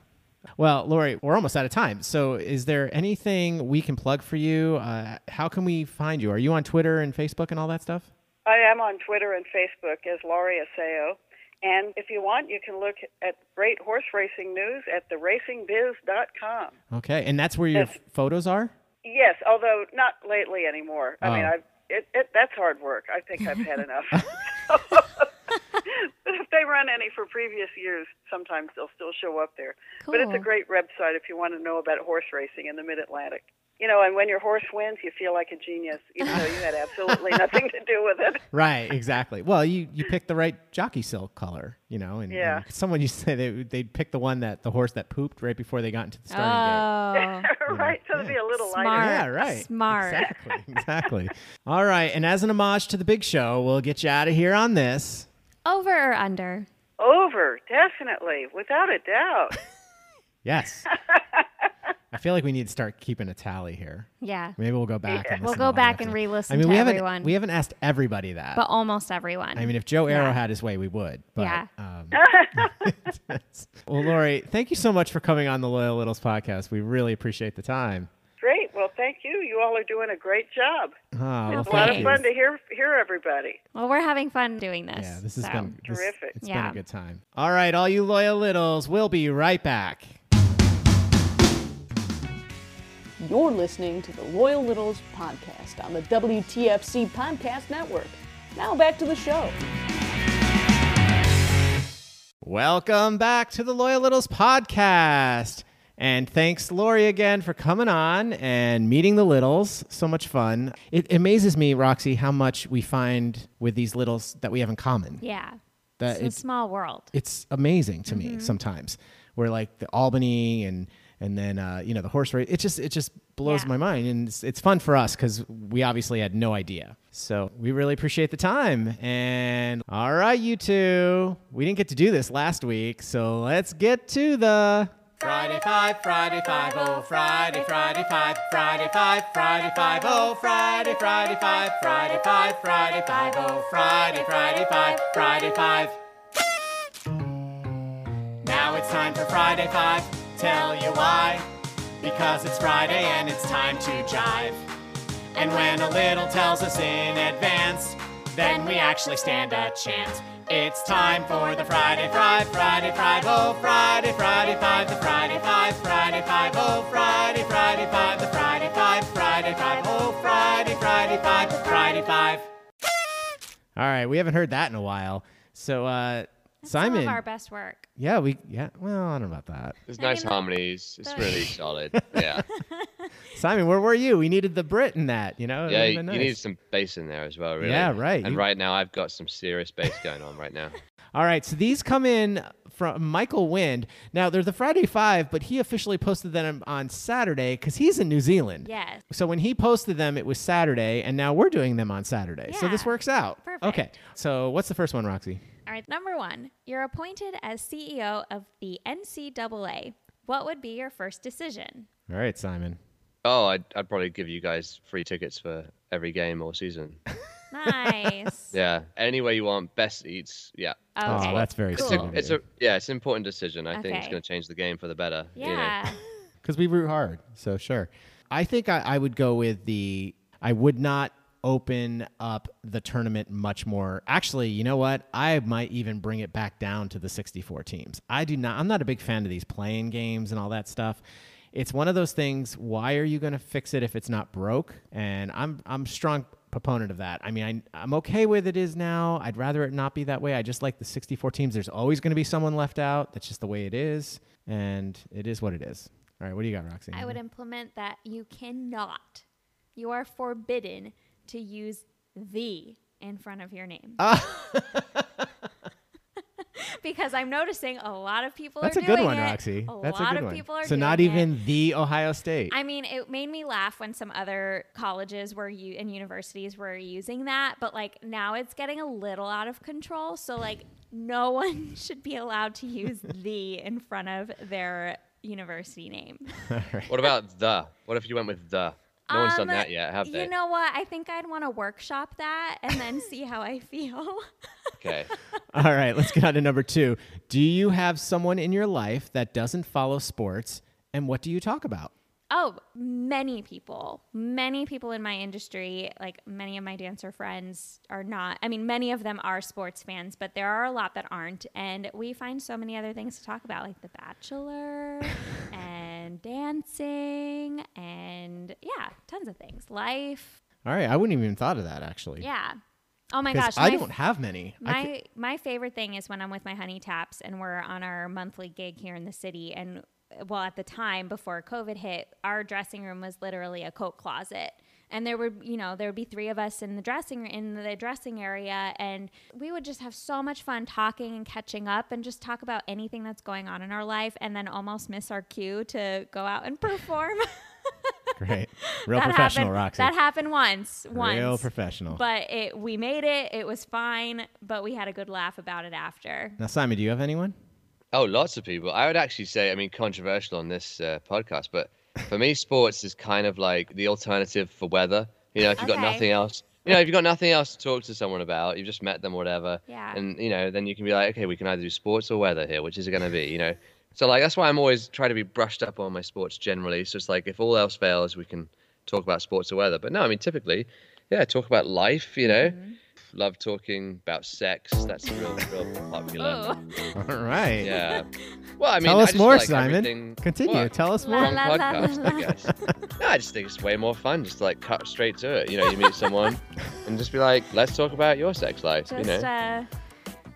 [SPEAKER 2] Well, Lori, we're almost out of time. So, is there anything we can plug for you? Uh, how can we find you? Are you on Twitter and Facebook and all that stuff?
[SPEAKER 8] I am on Twitter and Facebook as Laurie Aseo. And if you want, you can look at great horse racing news at theracingbiz.com.
[SPEAKER 2] Okay, and that's where your
[SPEAKER 8] Yes.
[SPEAKER 2] f- photos are.
[SPEAKER 8] Yes, although not lately anymore. I mean,
[SPEAKER 2] Oh.
[SPEAKER 8] I've, it, it, that's hard work. I think I've had enough. but if they run any for previous years, sometimes they'll still show up there. But it's a
[SPEAKER 3] Cool.
[SPEAKER 8] great website if you want to know about horse racing in the Mid Atlantic. You know, and when your horse wins, you feel like a genius, even though you had absolutely *laughs* nothing to do with it.
[SPEAKER 2] Right, exactly. Well, you you picked the right jockey silk color, you know, and,
[SPEAKER 8] Yeah.
[SPEAKER 2] and someone used to say they they'd pick the one that the horse that pooped right before they got into the starting gate.
[SPEAKER 8] *laughs*
[SPEAKER 3] Oh,
[SPEAKER 8] right? So it'll be a little lighter.
[SPEAKER 3] Smart.
[SPEAKER 2] Yeah, right.
[SPEAKER 3] Smart.
[SPEAKER 2] Exactly.
[SPEAKER 3] *laughs*
[SPEAKER 2] Exactly. All right, and as an homage to the big show, we'll get you out of here on this.
[SPEAKER 3] Oh. over or under?
[SPEAKER 8] Over, definitely, without a
[SPEAKER 2] *laughs*
[SPEAKER 8] doubt.
[SPEAKER 2] Yes. I feel like we need to start keeping a tally here. *laughs*
[SPEAKER 3] Yeah,
[SPEAKER 2] Maybe we'll go back. And
[SPEAKER 3] We'll
[SPEAKER 2] listen to
[SPEAKER 3] go
[SPEAKER 2] all the
[SPEAKER 3] back and
[SPEAKER 2] episodes.
[SPEAKER 3] re-listen
[SPEAKER 2] I mean,
[SPEAKER 3] to
[SPEAKER 2] we haven't
[SPEAKER 3] everyone.
[SPEAKER 2] we haven't asked everybody that.
[SPEAKER 3] but almost everyone.
[SPEAKER 2] I mean, if Joe Arrow had his way, we would. But,
[SPEAKER 3] Yeah. *laughs*
[SPEAKER 2] Um, *laughs* well, Lori, thank you so much for coming on the Loyal Littles podcast. We really appreciate the time.
[SPEAKER 8] Great. Well, thank you. You all are doing a great job.
[SPEAKER 2] Oh, well,
[SPEAKER 3] It's
[SPEAKER 8] A lot
[SPEAKER 2] thank
[SPEAKER 8] of
[SPEAKER 2] you.
[SPEAKER 8] fun to hear hear everybody.
[SPEAKER 3] well, we're having fun doing this.
[SPEAKER 2] Yeah, this has
[SPEAKER 3] so.
[SPEAKER 2] been this,
[SPEAKER 8] Terrific.
[SPEAKER 2] It's been
[SPEAKER 3] Yeah.
[SPEAKER 2] a good time. All right, all you Loyal Littles, we'll be right back.
[SPEAKER 10] You're listening to the Loyal Littles podcast on the WTFC Podcast Network. Now back to the show.
[SPEAKER 2] Welcome back to the Loyal Littles podcast. And thanks, Lori, again for coming on and meeting the Littles. So much fun. It amazes me, Roxy, how much we find with these Littles that we have in common.
[SPEAKER 3] Yeah.
[SPEAKER 2] That
[SPEAKER 3] it's,
[SPEAKER 2] it's-
[SPEAKER 3] a small world.
[SPEAKER 2] it's amazing to me sometimes. Where like the Albany and and then uh, you know the horse race, it just it just blows
[SPEAKER 3] Yeah.
[SPEAKER 2] my mind, and it's, it's fun for us because we obviously had no idea. So we really appreciate the time. And all right, you two, we didn't get to do this last week, so let's get to the Friday Five, Friday Five, oh Friday, Friday Five, Friday Five, Friday Five, oh Friday, Friday Five, Friday Five, Friday Five, oh Friday, Friday Five, Friday Five. Now it's time for Friday Five. Tell you why. Because it's Friday and it's time to jive. And when a little tells us in advance, then we actually stand a chance. It's time for the Friday Five, Friday Five, oh Friday, Friday Five, the Friday Five, Friday Five, oh Friday, Friday Five, the Friday Five, Friday Five, oh Friday, Friday Five, the Friday Five. All right, we haven't heard that in a while. So, uh,
[SPEAKER 3] Some
[SPEAKER 2] Simon,
[SPEAKER 3] of our best work.
[SPEAKER 2] yeah, we yeah. Well, I don't know about that.
[SPEAKER 5] There's
[SPEAKER 3] I mean,
[SPEAKER 5] nice
[SPEAKER 3] the- *laughs*
[SPEAKER 5] harmonies. It's
[SPEAKER 3] the-
[SPEAKER 5] really solid. Yeah.
[SPEAKER 2] Simon, where were you? We needed the Brit in that, you know? It
[SPEAKER 5] yeah.
[SPEAKER 2] would've
[SPEAKER 5] You,
[SPEAKER 2] been
[SPEAKER 5] you
[SPEAKER 2] nice.
[SPEAKER 5] need some bass in there as well, really.
[SPEAKER 2] Yeah, right.
[SPEAKER 5] And
[SPEAKER 2] You-
[SPEAKER 5] right now, I've got some serious bass going on right
[SPEAKER 3] *laughs*
[SPEAKER 5] now.
[SPEAKER 2] All right, so these come in from Michael Wind. Now, they're the Friday Five, but he officially posted them on Saturday because he's in New Zealand.
[SPEAKER 3] Yes.
[SPEAKER 2] So when he posted them, it was Saturday, and now we're doing them on Saturday. So this
[SPEAKER 3] Yeah.
[SPEAKER 2] works out.
[SPEAKER 3] Perfect.
[SPEAKER 2] Okay. So what's the first one, Roxy?
[SPEAKER 3] All right. Number one, you're appointed as CEO of the NCAA. What would be your
[SPEAKER 2] *laughs*
[SPEAKER 3] first decision?
[SPEAKER 2] All right, Simon.
[SPEAKER 5] Oh, I'd, I'd probably give you guys free tickets for every game all season.
[SPEAKER 3] Nice.
[SPEAKER 5] Yeah. Any way you want, best eats. Yeah.
[SPEAKER 3] Okay.
[SPEAKER 2] Oh, that's very
[SPEAKER 3] cool.
[SPEAKER 5] It's,
[SPEAKER 2] sweet.
[SPEAKER 5] a, it's a yeah, it's an important decision. I think it's
[SPEAKER 3] Okay.
[SPEAKER 5] going to change the game for the better. you know.
[SPEAKER 3] Yeah.
[SPEAKER 2] Because we root hard, so sure. I think I, I would go with the I would not open up the tournament much more. Actually, you know what? I might even bring it back down to the 64 teams. I do not I'm not a big fan of these playing games and all that stuff. It's one of those things, why are you going to fix it if it's not broke? And I'm I'm strong proponent of that. I mean, I, I'm okay with it is now. I'd rather it not be that way. I just like the 64 teams. There's always going to be someone left out. That's just the way it is, and it is what it is. All right, what do you got, Roxy?
[SPEAKER 3] I would implement that you cannot, you are forbidden to use the in front of your name.
[SPEAKER 2] Ah.
[SPEAKER 3] *laughs* because I'm noticing a lot of people
[SPEAKER 2] That's
[SPEAKER 3] are
[SPEAKER 2] a good
[SPEAKER 3] doing
[SPEAKER 2] one,
[SPEAKER 3] it.
[SPEAKER 2] Roxy.
[SPEAKER 3] A
[SPEAKER 2] That's a
[SPEAKER 3] lot
[SPEAKER 2] good
[SPEAKER 3] of
[SPEAKER 2] one.
[SPEAKER 3] people are
[SPEAKER 2] so not
[SPEAKER 3] doing it.
[SPEAKER 2] even the Ohio State.
[SPEAKER 3] I mean, it made me laugh when some other colleges were you and universities were using that, but like now it's getting a little out of control. So like no one *laughs* should be allowed
[SPEAKER 5] *laughs*
[SPEAKER 3] to use the in front of their university name.
[SPEAKER 5] What about the? What if you went with the? No one's done
[SPEAKER 3] Um,
[SPEAKER 5] that yet, have they?
[SPEAKER 3] You know what? I think I'd want to workshop that and then see how I feel. *laughs*
[SPEAKER 5] okay.
[SPEAKER 2] *laughs* All right, let's get on to number two. Do you have someone in your life that doesn't follow sports, and what do you talk about?
[SPEAKER 3] Oh, many people, many people in my industry, like many of my dancer friends are not. I mean, many of them are sports fans, but there are a lot that aren't. And we find so many other things to talk about, like The
[SPEAKER 2] *laughs*
[SPEAKER 3] Bachelor and dancing and yeah, tons of things. Life.
[SPEAKER 2] All right, I wouldn't even thought of that actually.
[SPEAKER 3] Yeah. Oh my
[SPEAKER 2] 'Cause
[SPEAKER 3] gosh.
[SPEAKER 2] I
[SPEAKER 3] my-
[SPEAKER 2] don't have many. I
[SPEAKER 3] my
[SPEAKER 2] ca-
[SPEAKER 3] my favorite thing is when I'm with my honey taps and we're on our monthly gig here in the city and well at the time before COVID hit, our dressing room was literally a coat closet. And there would, you know, there would be three of us in the dressing in the dressing area, and we would just have so much fun talking and catching up, and just talk about anything that's going on in our life, and then almost miss our cue to go out and perform.
[SPEAKER 2] *laughs*
[SPEAKER 3] *laughs*
[SPEAKER 2] great, real
[SPEAKER 3] That
[SPEAKER 2] professional,
[SPEAKER 3] happened,
[SPEAKER 2] Roxy.
[SPEAKER 3] That happened once. Once.
[SPEAKER 2] Real
[SPEAKER 5] Oh.
[SPEAKER 2] professional.
[SPEAKER 3] But it, we made it. It was fine. But we had a good laugh about it after.
[SPEAKER 2] now, Simon, do you have anyone?
[SPEAKER 5] Oh, lots of people. I would actually say, I mean, controversial on this uh, podcast, but for
[SPEAKER 3] *laughs*
[SPEAKER 5] me, sports is kind of like the alternative for weather. You know, if you've got
[SPEAKER 3] Okay.
[SPEAKER 5] nothing else, you know, if you've got nothing else to talk to someone about, you've just met them, whatever.
[SPEAKER 3] Yeah.
[SPEAKER 5] And, you know, then you can be like, okay, we can either do sports or weather here, which is it going to be, you know? So, like, that's why I'm always trying to be brushed up on my sports generally. So it's like, if all else fails, we can talk about sports or weather. But no, I mean, typically, yeah, talk about life, you know?
[SPEAKER 3] Mm-hmm.
[SPEAKER 5] Love talking about sex. That's a real, real popular.
[SPEAKER 3] Oh,
[SPEAKER 2] All right.
[SPEAKER 3] *laughs*
[SPEAKER 5] Yeah. Well, I mean,
[SPEAKER 2] Tell
[SPEAKER 5] I
[SPEAKER 2] us
[SPEAKER 5] just
[SPEAKER 2] more,
[SPEAKER 5] feel like
[SPEAKER 2] Simon.
[SPEAKER 5] everything-
[SPEAKER 2] Continue.
[SPEAKER 5] What?
[SPEAKER 2] Tell us
[SPEAKER 3] La
[SPEAKER 2] more.
[SPEAKER 5] Wrong
[SPEAKER 3] la la la
[SPEAKER 5] podcast,
[SPEAKER 3] la.
[SPEAKER 2] *laughs*
[SPEAKER 5] I guess. No, I just think it's way more fun just to like cut straight to it. You know, you
[SPEAKER 2] *laughs*
[SPEAKER 5] meet someone and just be like, "Let's talk about your sex life."
[SPEAKER 3] just
[SPEAKER 5] you know,
[SPEAKER 3] uh,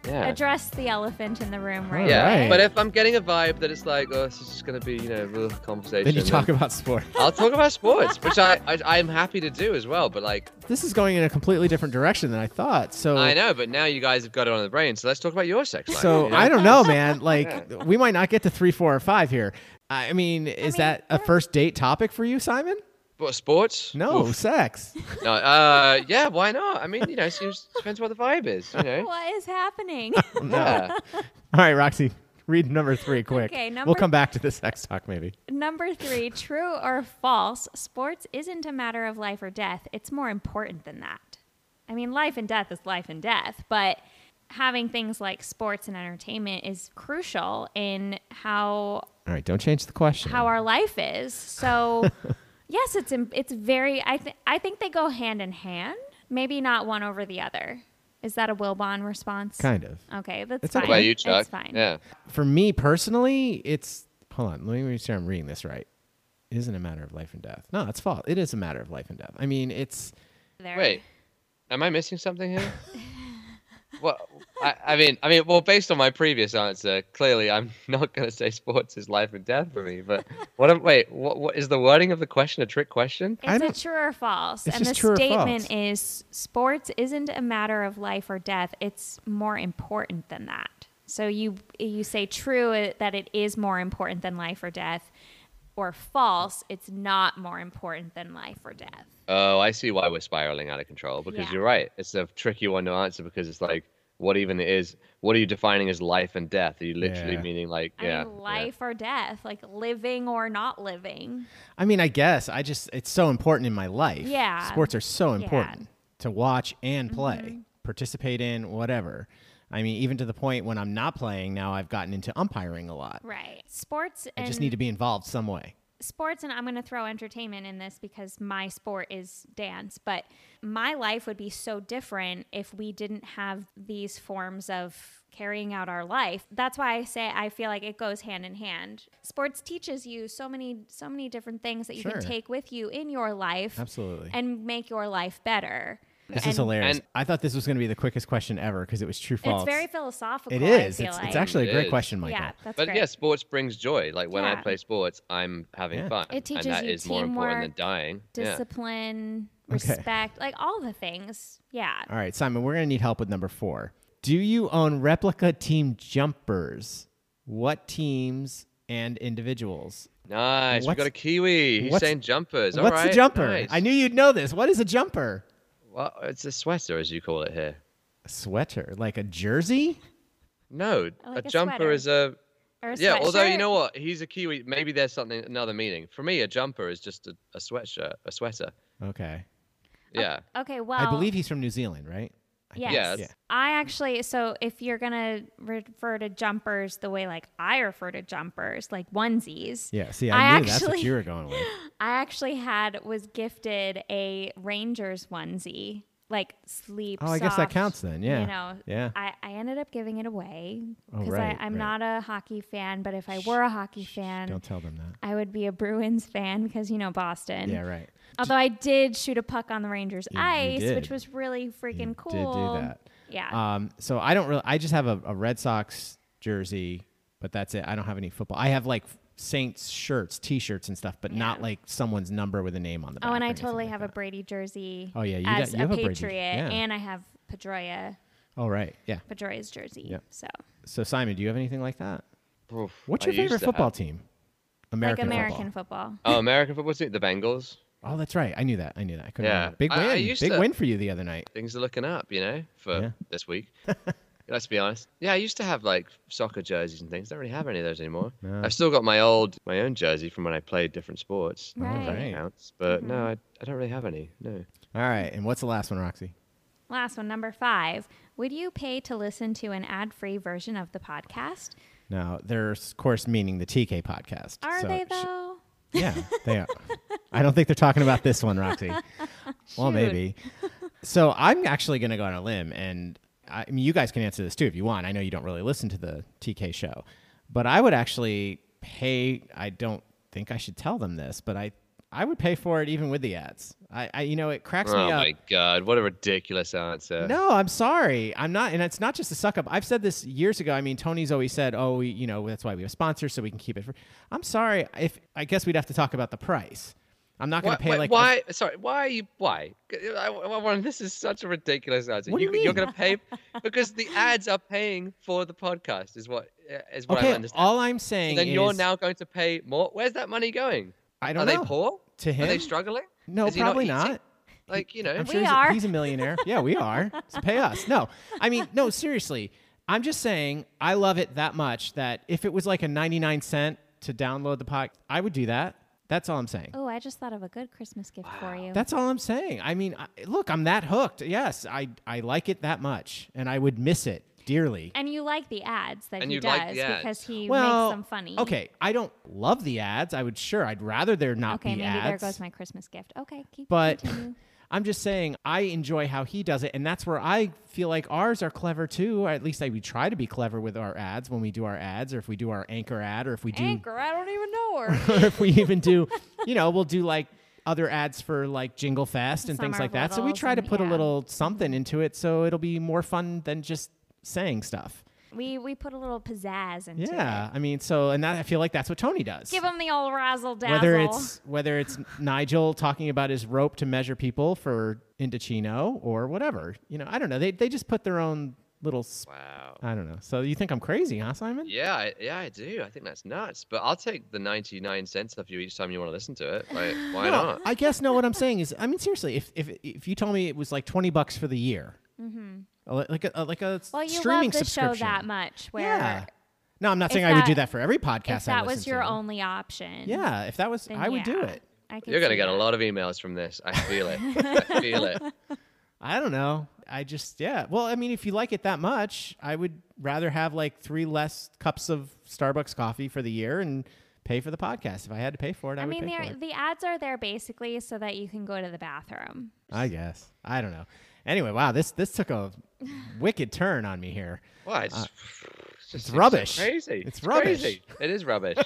[SPEAKER 5] yeah.
[SPEAKER 3] address the elephant in the room, right?
[SPEAKER 5] yeah,
[SPEAKER 2] Alright.
[SPEAKER 5] but if I'm getting a vibe that it's like, oh, this is just gonna be, you know, a little conversation. *laughs*
[SPEAKER 2] Then you talk
[SPEAKER 5] then
[SPEAKER 2] about sports.
[SPEAKER 5] I'll talk about sports,
[SPEAKER 2] *laughs*
[SPEAKER 5] which I, I I'm happy to do as well. But like,
[SPEAKER 2] This is going in a completely different direction than I thought. So
[SPEAKER 5] I know, but now you guys have got it on the brain, so let's talk about your sex life.
[SPEAKER 2] So
[SPEAKER 5] you know?
[SPEAKER 2] I don't
[SPEAKER 3] *laughs*
[SPEAKER 2] know, man. Like we might not get to three, four, or five here. I mean, is
[SPEAKER 3] mean,
[SPEAKER 2] that a first date topic for you, Simon?
[SPEAKER 5] But sports?
[SPEAKER 2] No,
[SPEAKER 5] Oof.
[SPEAKER 2] sex. *laughs*
[SPEAKER 5] No. Uh, yeah. Why not? I mean, you know, seems depends what the vibe is. You know.
[SPEAKER 3] What is happening? *laughs*
[SPEAKER 5] Yeah.
[SPEAKER 2] All right, Roxy, read number
[SPEAKER 3] *laughs*
[SPEAKER 2] three quick.
[SPEAKER 3] Okay,
[SPEAKER 2] We'll
[SPEAKER 3] number-
[SPEAKER 2] come back to the sex talk maybe.
[SPEAKER 3] Number three, true or false, sports isn't a matter of life or death. It's more important than that. I mean, life and death is life and death, but having things like sports and entertainment is crucial in how
[SPEAKER 2] All right, don't change the question.
[SPEAKER 3] how our life is.
[SPEAKER 2] *laughs*
[SPEAKER 3] So, yes, it's im- it's very. I th- I think they go hand in hand. Maybe not one over the other. Is that a Wilbon response?
[SPEAKER 2] kind of.
[SPEAKER 3] Okay, that's
[SPEAKER 2] It's
[SPEAKER 3] fine.
[SPEAKER 5] What about you, Chuck?
[SPEAKER 3] That's fine.
[SPEAKER 5] Yeah.
[SPEAKER 2] For me personally, it's hold on, let me make sure I'm reading this right. It isn't a matter of life and death. No, it's false. It is a matter of life and death. I mean, it's
[SPEAKER 3] There.
[SPEAKER 5] Wait, am I missing something
[SPEAKER 3] *laughs*
[SPEAKER 5] here? well, I, I mean, I mean, well, based on my previous answer, clearly I'm *laughs* not going to say sports is life and death for me. But what? Am, wait, what, what is the wording of the question? A trick question?
[SPEAKER 2] I
[SPEAKER 3] It's a
[SPEAKER 2] don't-
[SPEAKER 3] true or false.
[SPEAKER 2] It's
[SPEAKER 3] and the
[SPEAKER 2] just true or
[SPEAKER 3] statement
[SPEAKER 2] false.
[SPEAKER 3] is sports isn't a matter of life or death. It's more important than that. So you you say true uh, that it is more important than life or death or false it's not more important than life or death.
[SPEAKER 5] Oh, I see why we're spiraling out of control. Because
[SPEAKER 3] Yeah.
[SPEAKER 5] you're right. It's a tricky one to answer because it's like, what even is? What are you defining as life and death? Are you literally
[SPEAKER 2] Yeah.
[SPEAKER 5] meaning like, yeah,
[SPEAKER 3] I
[SPEAKER 5] yeah.
[SPEAKER 3] mean life or death, like living or not living.
[SPEAKER 2] I mean, I guess I just it's so important in my life.
[SPEAKER 3] Yeah.
[SPEAKER 2] Sports are so
[SPEAKER 3] Yeah. Mm-hmm.
[SPEAKER 2] important to watch and play, participate in, whatever. I mean, even to the point when I'm not playing now I've gotten into umpiring a lot.
[SPEAKER 3] Right. Sports
[SPEAKER 2] I
[SPEAKER 3] and
[SPEAKER 2] just need to be involved some way.
[SPEAKER 3] sports, and I'm going to throw entertainment in this because my sport is dance, but my life would be so different if we didn't have these forms of carrying out our life. That's why I say I feel like it goes hand in hand. Sports teaches you so many so many different things that you
[SPEAKER 2] Sure.
[SPEAKER 3] can take with you in your life
[SPEAKER 2] Absolutely.
[SPEAKER 3] and make your life better.
[SPEAKER 2] This
[SPEAKER 3] And
[SPEAKER 2] is hilarious.
[SPEAKER 5] and-
[SPEAKER 2] I thought this was going to be the quickest question ever because it was true
[SPEAKER 3] It's
[SPEAKER 2] false.
[SPEAKER 3] very philosophical.
[SPEAKER 2] It
[SPEAKER 3] I
[SPEAKER 2] is.
[SPEAKER 3] feel
[SPEAKER 2] It's,
[SPEAKER 3] like.
[SPEAKER 2] it's actually uh, a
[SPEAKER 5] It
[SPEAKER 2] great
[SPEAKER 5] is.
[SPEAKER 2] question, Michael.
[SPEAKER 3] yeah. That's
[SPEAKER 5] but
[SPEAKER 3] great.
[SPEAKER 5] yeah, sports brings joy. Like when I
[SPEAKER 3] Yeah.
[SPEAKER 5] play sports, I'm having
[SPEAKER 2] Yeah.
[SPEAKER 5] fun.
[SPEAKER 3] It teaches
[SPEAKER 5] and that
[SPEAKER 3] you
[SPEAKER 5] is more important than
[SPEAKER 3] teamwork,
[SPEAKER 5] dying. yeah.
[SPEAKER 3] discipline,
[SPEAKER 2] Okay.
[SPEAKER 3] respect, like all the things. Yeah.
[SPEAKER 2] All right, Simon, we're going to need help with number four. Do you own replica team jumpers? What teams and individuals?
[SPEAKER 5] Nice. We
[SPEAKER 2] What's-
[SPEAKER 5] got a Kiwi. He's
[SPEAKER 2] what's-
[SPEAKER 5] saying jumpers. All
[SPEAKER 2] What's
[SPEAKER 5] right,
[SPEAKER 2] a jumper?
[SPEAKER 5] nice.
[SPEAKER 2] I knew you'd know this. What is a jumper?
[SPEAKER 5] Well, it's a sweater, as you call it here.
[SPEAKER 2] A sweater, like a jersey?
[SPEAKER 5] No,
[SPEAKER 3] like
[SPEAKER 5] a
[SPEAKER 3] a
[SPEAKER 5] jumper
[SPEAKER 3] sweater.
[SPEAKER 5] is a
[SPEAKER 3] Or a
[SPEAKER 5] yeah. Although you
[SPEAKER 3] sweatshirt.
[SPEAKER 5] know what, he's a Kiwi. Maybe there's something another meaning. For me, a jumper is just a, a sweatshirt, a sweater.
[SPEAKER 2] Okay.
[SPEAKER 5] Yeah.
[SPEAKER 3] Okay. Well,
[SPEAKER 2] I believe he's from New Zealand, right?
[SPEAKER 3] Yes.
[SPEAKER 5] Yes. Yeah.
[SPEAKER 3] I actually, so if you're going to refer to jumpers the way like I refer to jumpers, like onesies,
[SPEAKER 2] Yeah, see, I,
[SPEAKER 3] I
[SPEAKER 2] knew that's what
[SPEAKER 3] actually-
[SPEAKER 2] you were going
[SPEAKER 3] *laughs*
[SPEAKER 2] with.
[SPEAKER 3] I actually had, was gifted a Rangers onesie, like sleep.
[SPEAKER 2] Oh, I guess that
[SPEAKER 3] soft,
[SPEAKER 2] counts then, yeah.
[SPEAKER 3] You know,
[SPEAKER 2] Yeah.
[SPEAKER 3] I, I ended up giving it away
[SPEAKER 2] Oh,
[SPEAKER 3] because
[SPEAKER 2] right,
[SPEAKER 3] I'm
[SPEAKER 2] right.
[SPEAKER 3] not a hockey fan, but if I were a hockey fan,
[SPEAKER 2] Don't tell them that.
[SPEAKER 3] I would be a Bruins fan because you know Boston.
[SPEAKER 2] Yeah, right.
[SPEAKER 3] Although I did shoot a puck on the Rangers
[SPEAKER 2] You- you
[SPEAKER 3] ice,
[SPEAKER 2] did.
[SPEAKER 3] which was really freaking
[SPEAKER 2] You
[SPEAKER 3] cool.
[SPEAKER 2] did do that.
[SPEAKER 3] Yeah.
[SPEAKER 2] Um, so I don't really. I just have a, a Red Sox jersey, but that's it. I don't have any football. I have like Saints shirts, T-shirts, and stuff, but not like someone's number with a name on the. Back
[SPEAKER 3] oh, and
[SPEAKER 2] or
[SPEAKER 3] I
[SPEAKER 2] anything
[SPEAKER 3] totally
[SPEAKER 2] like
[SPEAKER 3] have
[SPEAKER 2] that.
[SPEAKER 3] a Brady jersey.
[SPEAKER 2] Oh, yeah, you
[SPEAKER 3] as
[SPEAKER 2] got- you have a
[SPEAKER 3] a
[SPEAKER 2] Brady,
[SPEAKER 3] Patriot,
[SPEAKER 2] yeah.
[SPEAKER 3] and I have Pedroia,
[SPEAKER 2] Oh right, yeah.
[SPEAKER 3] Pedroia's jersey.
[SPEAKER 2] Yep.
[SPEAKER 3] So
[SPEAKER 2] So Simon, do you have anything like that?
[SPEAKER 5] Oof,
[SPEAKER 2] What's
[SPEAKER 5] I
[SPEAKER 2] your favorite
[SPEAKER 5] used to have-
[SPEAKER 2] football team? American
[SPEAKER 3] like
[SPEAKER 2] football.
[SPEAKER 3] American football.
[SPEAKER 5] Oh, American football team, the Bengals.
[SPEAKER 2] Oh, that's right. I knew that. I knew that. I couldn't
[SPEAKER 5] Yeah.
[SPEAKER 2] remember. Big win.
[SPEAKER 5] I- I used
[SPEAKER 2] Big
[SPEAKER 5] to-
[SPEAKER 2] win for you the other night.
[SPEAKER 5] Things are looking up, you know, for
[SPEAKER 2] Yeah. *laughs*
[SPEAKER 5] this week. Let's be honest. Yeah, I used to have like soccer jerseys and things. Don't really have any of those anymore. I've still got my old, my own jersey from when I played different sports. If that
[SPEAKER 3] Right.
[SPEAKER 5] counts. But no, I, I don't really have any. No.
[SPEAKER 2] All right. And what's the last one, Roxy?
[SPEAKER 3] Last one, number five. Would you pay to listen to an ad-free version of the podcast?
[SPEAKER 2] Now, they're of course meaning the TK podcast.
[SPEAKER 3] Are
[SPEAKER 2] So
[SPEAKER 3] they
[SPEAKER 2] sh-
[SPEAKER 3] though?
[SPEAKER 2] Yeah, they are. I don't think they're talking about this one,
[SPEAKER 3] *laughs*
[SPEAKER 2] Roxy. well, maybe. So I'm actually going to go on a limb, and I, I mean, you guys can answer this too if you want. I know you don't really listen to the TK show, but I would actually pay. I don't think I should tell them this, but I I would pay for it even with the ads. I, I you know, it cracks
[SPEAKER 5] Oh
[SPEAKER 2] me up.
[SPEAKER 5] my God! What a ridiculous answer.
[SPEAKER 2] No, I'm sorry. I'm not, and it's not just a suck up. I've said this years ago. I mean, Tony's always said, "Oh, we, you know, that's why we have sponsors, so we can keep it." Free. I'm sorry. If I guess we'd have to talk about the price. I'm not going
[SPEAKER 5] Why,
[SPEAKER 2] to pay
[SPEAKER 5] wait,
[SPEAKER 2] like. a-
[SPEAKER 5] why? Sorry, why are you? Why? I, I- I want- this is such a ridiculous answer.
[SPEAKER 2] What do you
[SPEAKER 5] are
[SPEAKER 2] mean?
[SPEAKER 5] going to pay because the ads are paying for the podcast. Is what uh, is what I
[SPEAKER 2] okay,
[SPEAKER 5] understand.
[SPEAKER 2] all I'm saying
[SPEAKER 5] And then
[SPEAKER 2] is
[SPEAKER 5] you're now going to pay more. Where's that money going?
[SPEAKER 2] I don't
[SPEAKER 5] are
[SPEAKER 2] know.
[SPEAKER 5] they poor?
[SPEAKER 2] To
[SPEAKER 5] Are they
[SPEAKER 2] him?
[SPEAKER 5] struggling?
[SPEAKER 2] No,
[SPEAKER 5] Is he
[SPEAKER 2] probably
[SPEAKER 5] not. eating?
[SPEAKER 2] not.
[SPEAKER 5] Like you know,
[SPEAKER 2] I'm
[SPEAKER 3] We
[SPEAKER 2] sure he's,
[SPEAKER 3] are.
[SPEAKER 2] A, he's a
[SPEAKER 3] *laughs*
[SPEAKER 2] millionaire. Yeah, we are. So pay us. No, I mean, no, seriously. I'm just saying I love it that much that if it was like a 99 cent to download the pod, I would do that. That's all I'm saying.
[SPEAKER 3] Oh, I just thought of a good Christmas gift for you.
[SPEAKER 2] That's all I'm saying. I mean, I, look, I'm that hooked. Yes, I I like it that much, and I would miss it dearly.
[SPEAKER 3] and you like the ads that
[SPEAKER 5] And
[SPEAKER 3] he
[SPEAKER 5] you
[SPEAKER 3] does
[SPEAKER 5] like the ads.
[SPEAKER 3] because he
[SPEAKER 2] well,
[SPEAKER 3] makes them funny.
[SPEAKER 2] Okay, I don't love the ads. I would sure. I'd rather there not
[SPEAKER 3] Okay,
[SPEAKER 2] be
[SPEAKER 3] maybe
[SPEAKER 2] ads.
[SPEAKER 3] there goes my Christmas gift. Okay, keep
[SPEAKER 2] but
[SPEAKER 3] continue.
[SPEAKER 2] *laughs* I'm just saying, I enjoy how he does it, and that's where I feel like ours are clever too. Or at least I, we try to be clever with our ads when we do our ads, or if we do our anchor ad, or if we do
[SPEAKER 3] Anchor, I don't even
[SPEAKER 2] *laughs*
[SPEAKER 3] know her.
[SPEAKER 2] or if we even do, you know, we'll do like other ads for like Jingle Fest and things
[SPEAKER 3] Summer
[SPEAKER 2] like that. So we
[SPEAKER 3] Littles
[SPEAKER 2] try to
[SPEAKER 3] and-
[SPEAKER 2] put a
[SPEAKER 3] yeah.
[SPEAKER 2] little something into it so it'll be more fun than just saying stuff.
[SPEAKER 3] We we put a little pizzazz into
[SPEAKER 2] Yeah,
[SPEAKER 3] it.
[SPEAKER 2] I mean, so and that I feel like that's what Tony does.
[SPEAKER 3] Give him the old razzle dazzle.
[SPEAKER 2] whether it's whether it's Nigel talking about his rope to measure people for Indochino or whatever, you know, I don't know. They they just put their own little. Sp-
[SPEAKER 5] Wow.
[SPEAKER 2] I don't know. So you think I'm crazy, huh, Simon?
[SPEAKER 5] Yeah, I, yeah, I do. I think that's nuts. But I'll take the 99 cents off you each time you want to listen to it. Like, why
[SPEAKER 2] No,
[SPEAKER 5] not?
[SPEAKER 2] I guess no. What I'm saying is, I mean, seriously, if if if you told me it was like twenty bucks for the year, mm-hmm. like a, a like a
[SPEAKER 3] well, you
[SPEAKER 2] streaming
[SPEAKER 3] love the show
[SPEAKER 2] subscription,
[SPEAKER 3] that much. Where
[SPEAKER 2] yeah. No, I'm not
[SPEAKER 3] if
[SPEAKER 2] saying I would do
[SPEAKER 3] that-
[SPEAKER 2] that for every podcast.
[SPEAKER 3] if
[SPEAKER 2] I
[SPEAKER 3] that was
[SPEAKER 2] listen
[SPEAKER 3] your
[SPEAKER 2] to.
[SPEAKER 3] only option,
[SPEAKER 2] yeah. If that was,
[SPEAKER 3] then
[SPEAKER 2] I would do
[SPEAKER 3] yeah,
[SPEAKER 2] it.
[SPEAKER 3] I could
[SPEAKER 5] You're going to
[SPEAKER 3] see
[SPEAKER 5] get a
[SPEAKER 3] that.
[SPEAKER 5] lot of emails from this. I feel it.
[SPEAKER 2] *laughs*
[SPEAKER 5] I feel it.
[SPEAKER 2] I don't know. I just yeah. Well, I mean, if you like it that much, I would rather have like three less cups of Starbucks coffee for the year and pay for the podcast. If I had to pay for it, I,
[SPEAKER 3] I
[SPEAKER 2] would
[SPEAKER 3] mean,
[SPEAKER 2] pay for
[SPEAKER 3] the
[SPEAKER 2] it.
[SPEAKER 3] the ads are there basically so that you can go to the bathroom.
[SPEAKER 2] I guess. I don't know. Anyway, wow, this this took
[SPEAKER 3] *laughs*
[SPEAKER 2] a wicked turn on me here.
[SPEAKER 5] Why? It's,
[SPEAKER 2] Uh,
[SPEAKER 5] it's just
[SPEAKER 2] rubbish.
[SPEAKER 5] Crazy.
[SPEAKER 2] It's rubbish.
[SPEAKER 5] Crazy. It
[SPEAKER 2] *laughs*
[SPEAKER 5] is rubbish.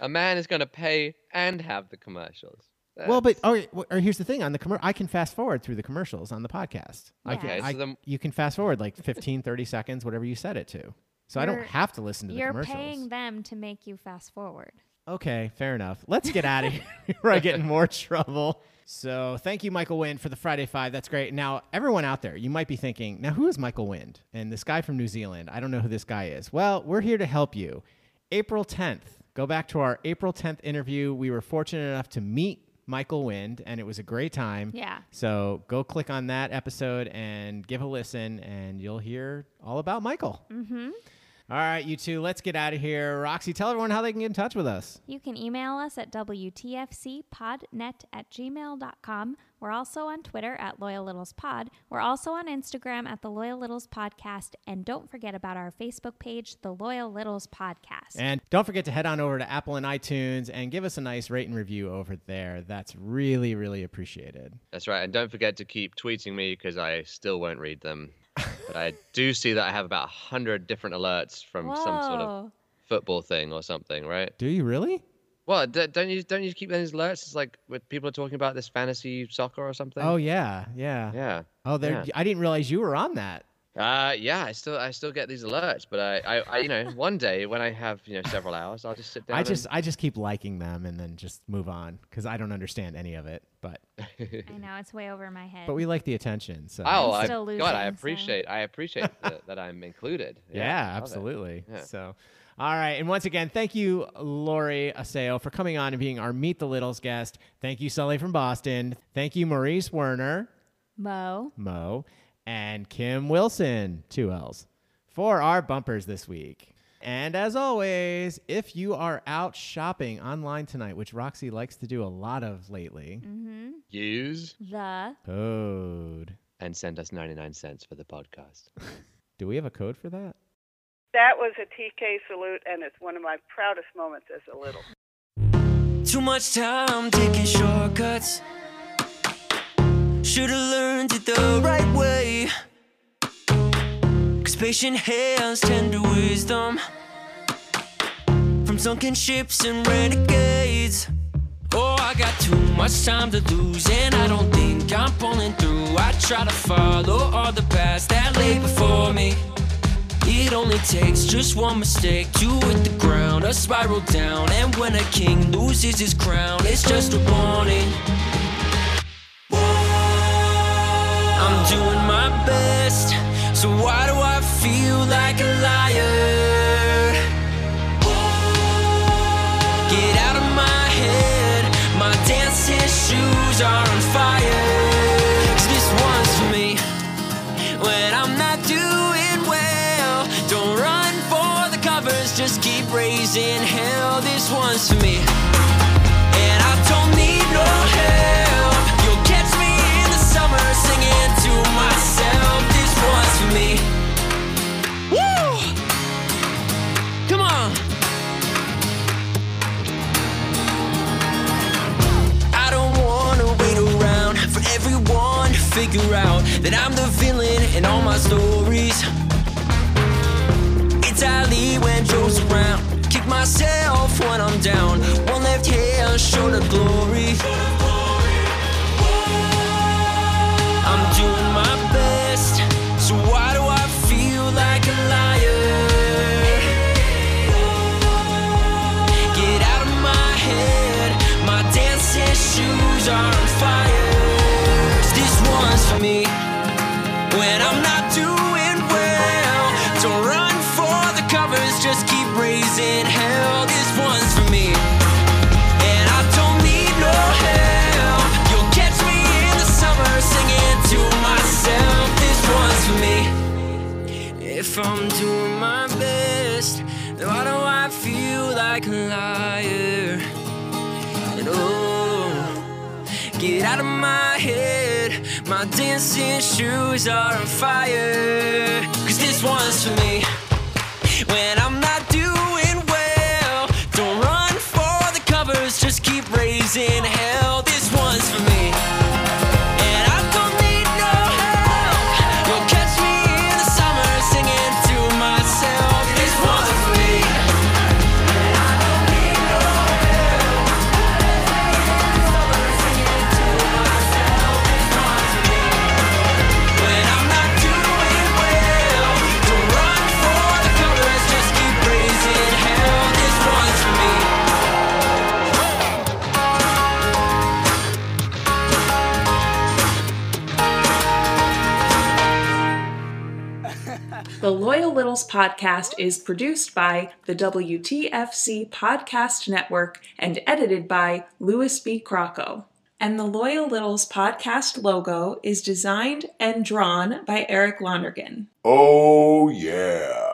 [SPEAKER 5] a man is going to pay and have the commercials.
[SPEAKER 2] well, but all right, well, or here's the thing on the commer- I can fast forward through the commercials on the podcast. I can,
[SPEAKER 3] Yeah.
[SPEAKER 5] Okay,
[SPEAKER 2] uh, I-
[SPEAKER 5] so then-
[SPEAKER 2] you can fast forward like 15, 30 seconds, whatever you set it to. So I don't
[SPEAKER 3] You're-
[SPEAKER 2] have to listen to the
[SPEAKER 3] You're
[SPEAKER 2] commercials.
[SPEAKER 3] paying them to make you fast forward.
[SPEAKER 2] Okay, fair enough. Let's get out of here. *laughs* We're I get in more trouble. So thank you, Michael Wind, for the Friday Five. That's great. Now, everyone out there, you might be thinking, now who is Michael Wind? And this guy from New Zealand. I don't know who this guy is. Well, we're here to help you. April 10th. Go back to our April 10th interview. We were fortunate enough to meet Michael Wind, and it was a great time.
[SPEAKER 3] Yeah.
[SPEAKER 2] So go click on that episode and give a listen, and you'll hear all about Michael. Mm-hmm. All right, you two, let's get out of here. Roxy, tell everyone how they can get in touch with us.
[SPEAKER 3] You can email us at WTFCpodnet at gmail.com. We're also on Twitter at Loyal Littles Pod. We're also on Instagram at The Loyal Littles Podcast. And don't forget about our Facebook page, The Loyal Littles Podcast.
[SPEAKER 2] And don't forget to head on over to Apple and iTunes and give us a nice rate and review over there. That's really, really appreciated.
[SPEAKER 5] That's right. And don't forget to keep tweeting me because I still won't read them. but I do see that I have about 100 different alerts from some sort of *laughs*
[SPEAKER 3] Whoa.
[SPEAKER 5] football thing or something, right?
[SPEAKER 2] Do you really?
[SPEAKER 5] Well, d- don't you don't you keep those alerts? It's like when people are talking about this fantasy soccer or something.
[SPEAKER 2] Oh yeah, yeah.
[SPEAKER 5] yeah.
[SPEAKER 2] Oh, there.
[SPEAKER 5] Yeah.
[SPEAKER 2] I didn't realize you were on that.
[SPEAKER 5] Uh, yeah, I still I still get these alerts, but I, I, I you know one day when I have you know several hours, I'll just sit down.
[SPEAKER 2] I just, I just keep liking them and then just move on because I don't understand any of it. But,
[SPEAKER 3] I know it's way over my head.
[SPEAKER 2] but we like the attention. So.
[SPEAKER 5] and, oh,
[SPEAKER 3] I'm
[SPEAKER 5] I,
[SPEAKER 3] still
[SPEAKER 5] God, I
[SPEAKER 3] losing, so-
[SPEAKER 5] appreciate I appreciate that that I'm included.
[SPEAKER 2] Yeah,
[SPEAKER 5] I love it.
[SPEAKER 2] absolutely.
[SPEAKER 5] Yeah.
[SPEAKER 2] So, all right. And once again, thank you, Lori Aseo, for coming on and being our Meet the Littles guest. Thank you, Sully from Boston. Thank you, Maurice Werner.
[SPEAKER 3] Mo.
[SPEAKER 2] Mo, and Kim Wilson, two L's, for our bumpers this week. And as always, if you are out shopping online tonight, which Roxy likes to do a lot of lately,
[SPEAKER 5] Use
[SPEAKER 3] mm-hmm, The
[SPEAKER 2] code.
[SPEAKER 5] and send us 99 cents for the podcast.
[SPEAKER 2] Do we have a code for that?
[SPEAKER 8] That was a TK salute, and it's one of my proudest moments as a little.
[SPEAKER 7] Too much time taking shortcuts. Should've learned it the right way. Cause patient hands tender wisdom. From sunken ships and renegades. Oh, I got too much time to lose, and I don't think I'm pulling through. I try to follow all the paths that lay before me. It only takes just one mistake to hit the ground, a spiral down. And when a king loses his crown, it's just a warning. Whoa, I'm doing my best, so why do I feel like a liar? Whoa, get out of my head, my dancing shoes are on fire. 'Cause this one's for me when I'm not doing well. Don't run for the covers, just keep raising hell. This one's for me, and I don't need no help. You'll catch me in the summer singing to myself. This one's for me. Woo! Come on. I don't wanna wait around for everyone to figure out that I'm the villain in all my stories. It's Ali when Joe's around. Kick myself when I'm down. One left hand, short of glory. I'm doing my best, so why do I feel like a liar? Get out of my head, my dancing shoes are on fire. This one's for me when I'm not doing well. Don't run for the covers, just keep raising hell. This one's for me. And I don't need no help. You'll catch me in the summer singing to myself. This one's for me. If I'm doing my best, then why do I feel like a liar? And oh. Get out of my head. My dancing shoes are on fire. Cause this one's for me. When I'm not doing well, don't run
[SPEAKER 11] The Loyal Littles podcast is produced by the WTFC Podcast Network and edited by Louis B. Crocco. And the Loyal Littles podcast logo is designed and drawn by Eric Lonergan.
[SPEAKER 12] Oh, yeah.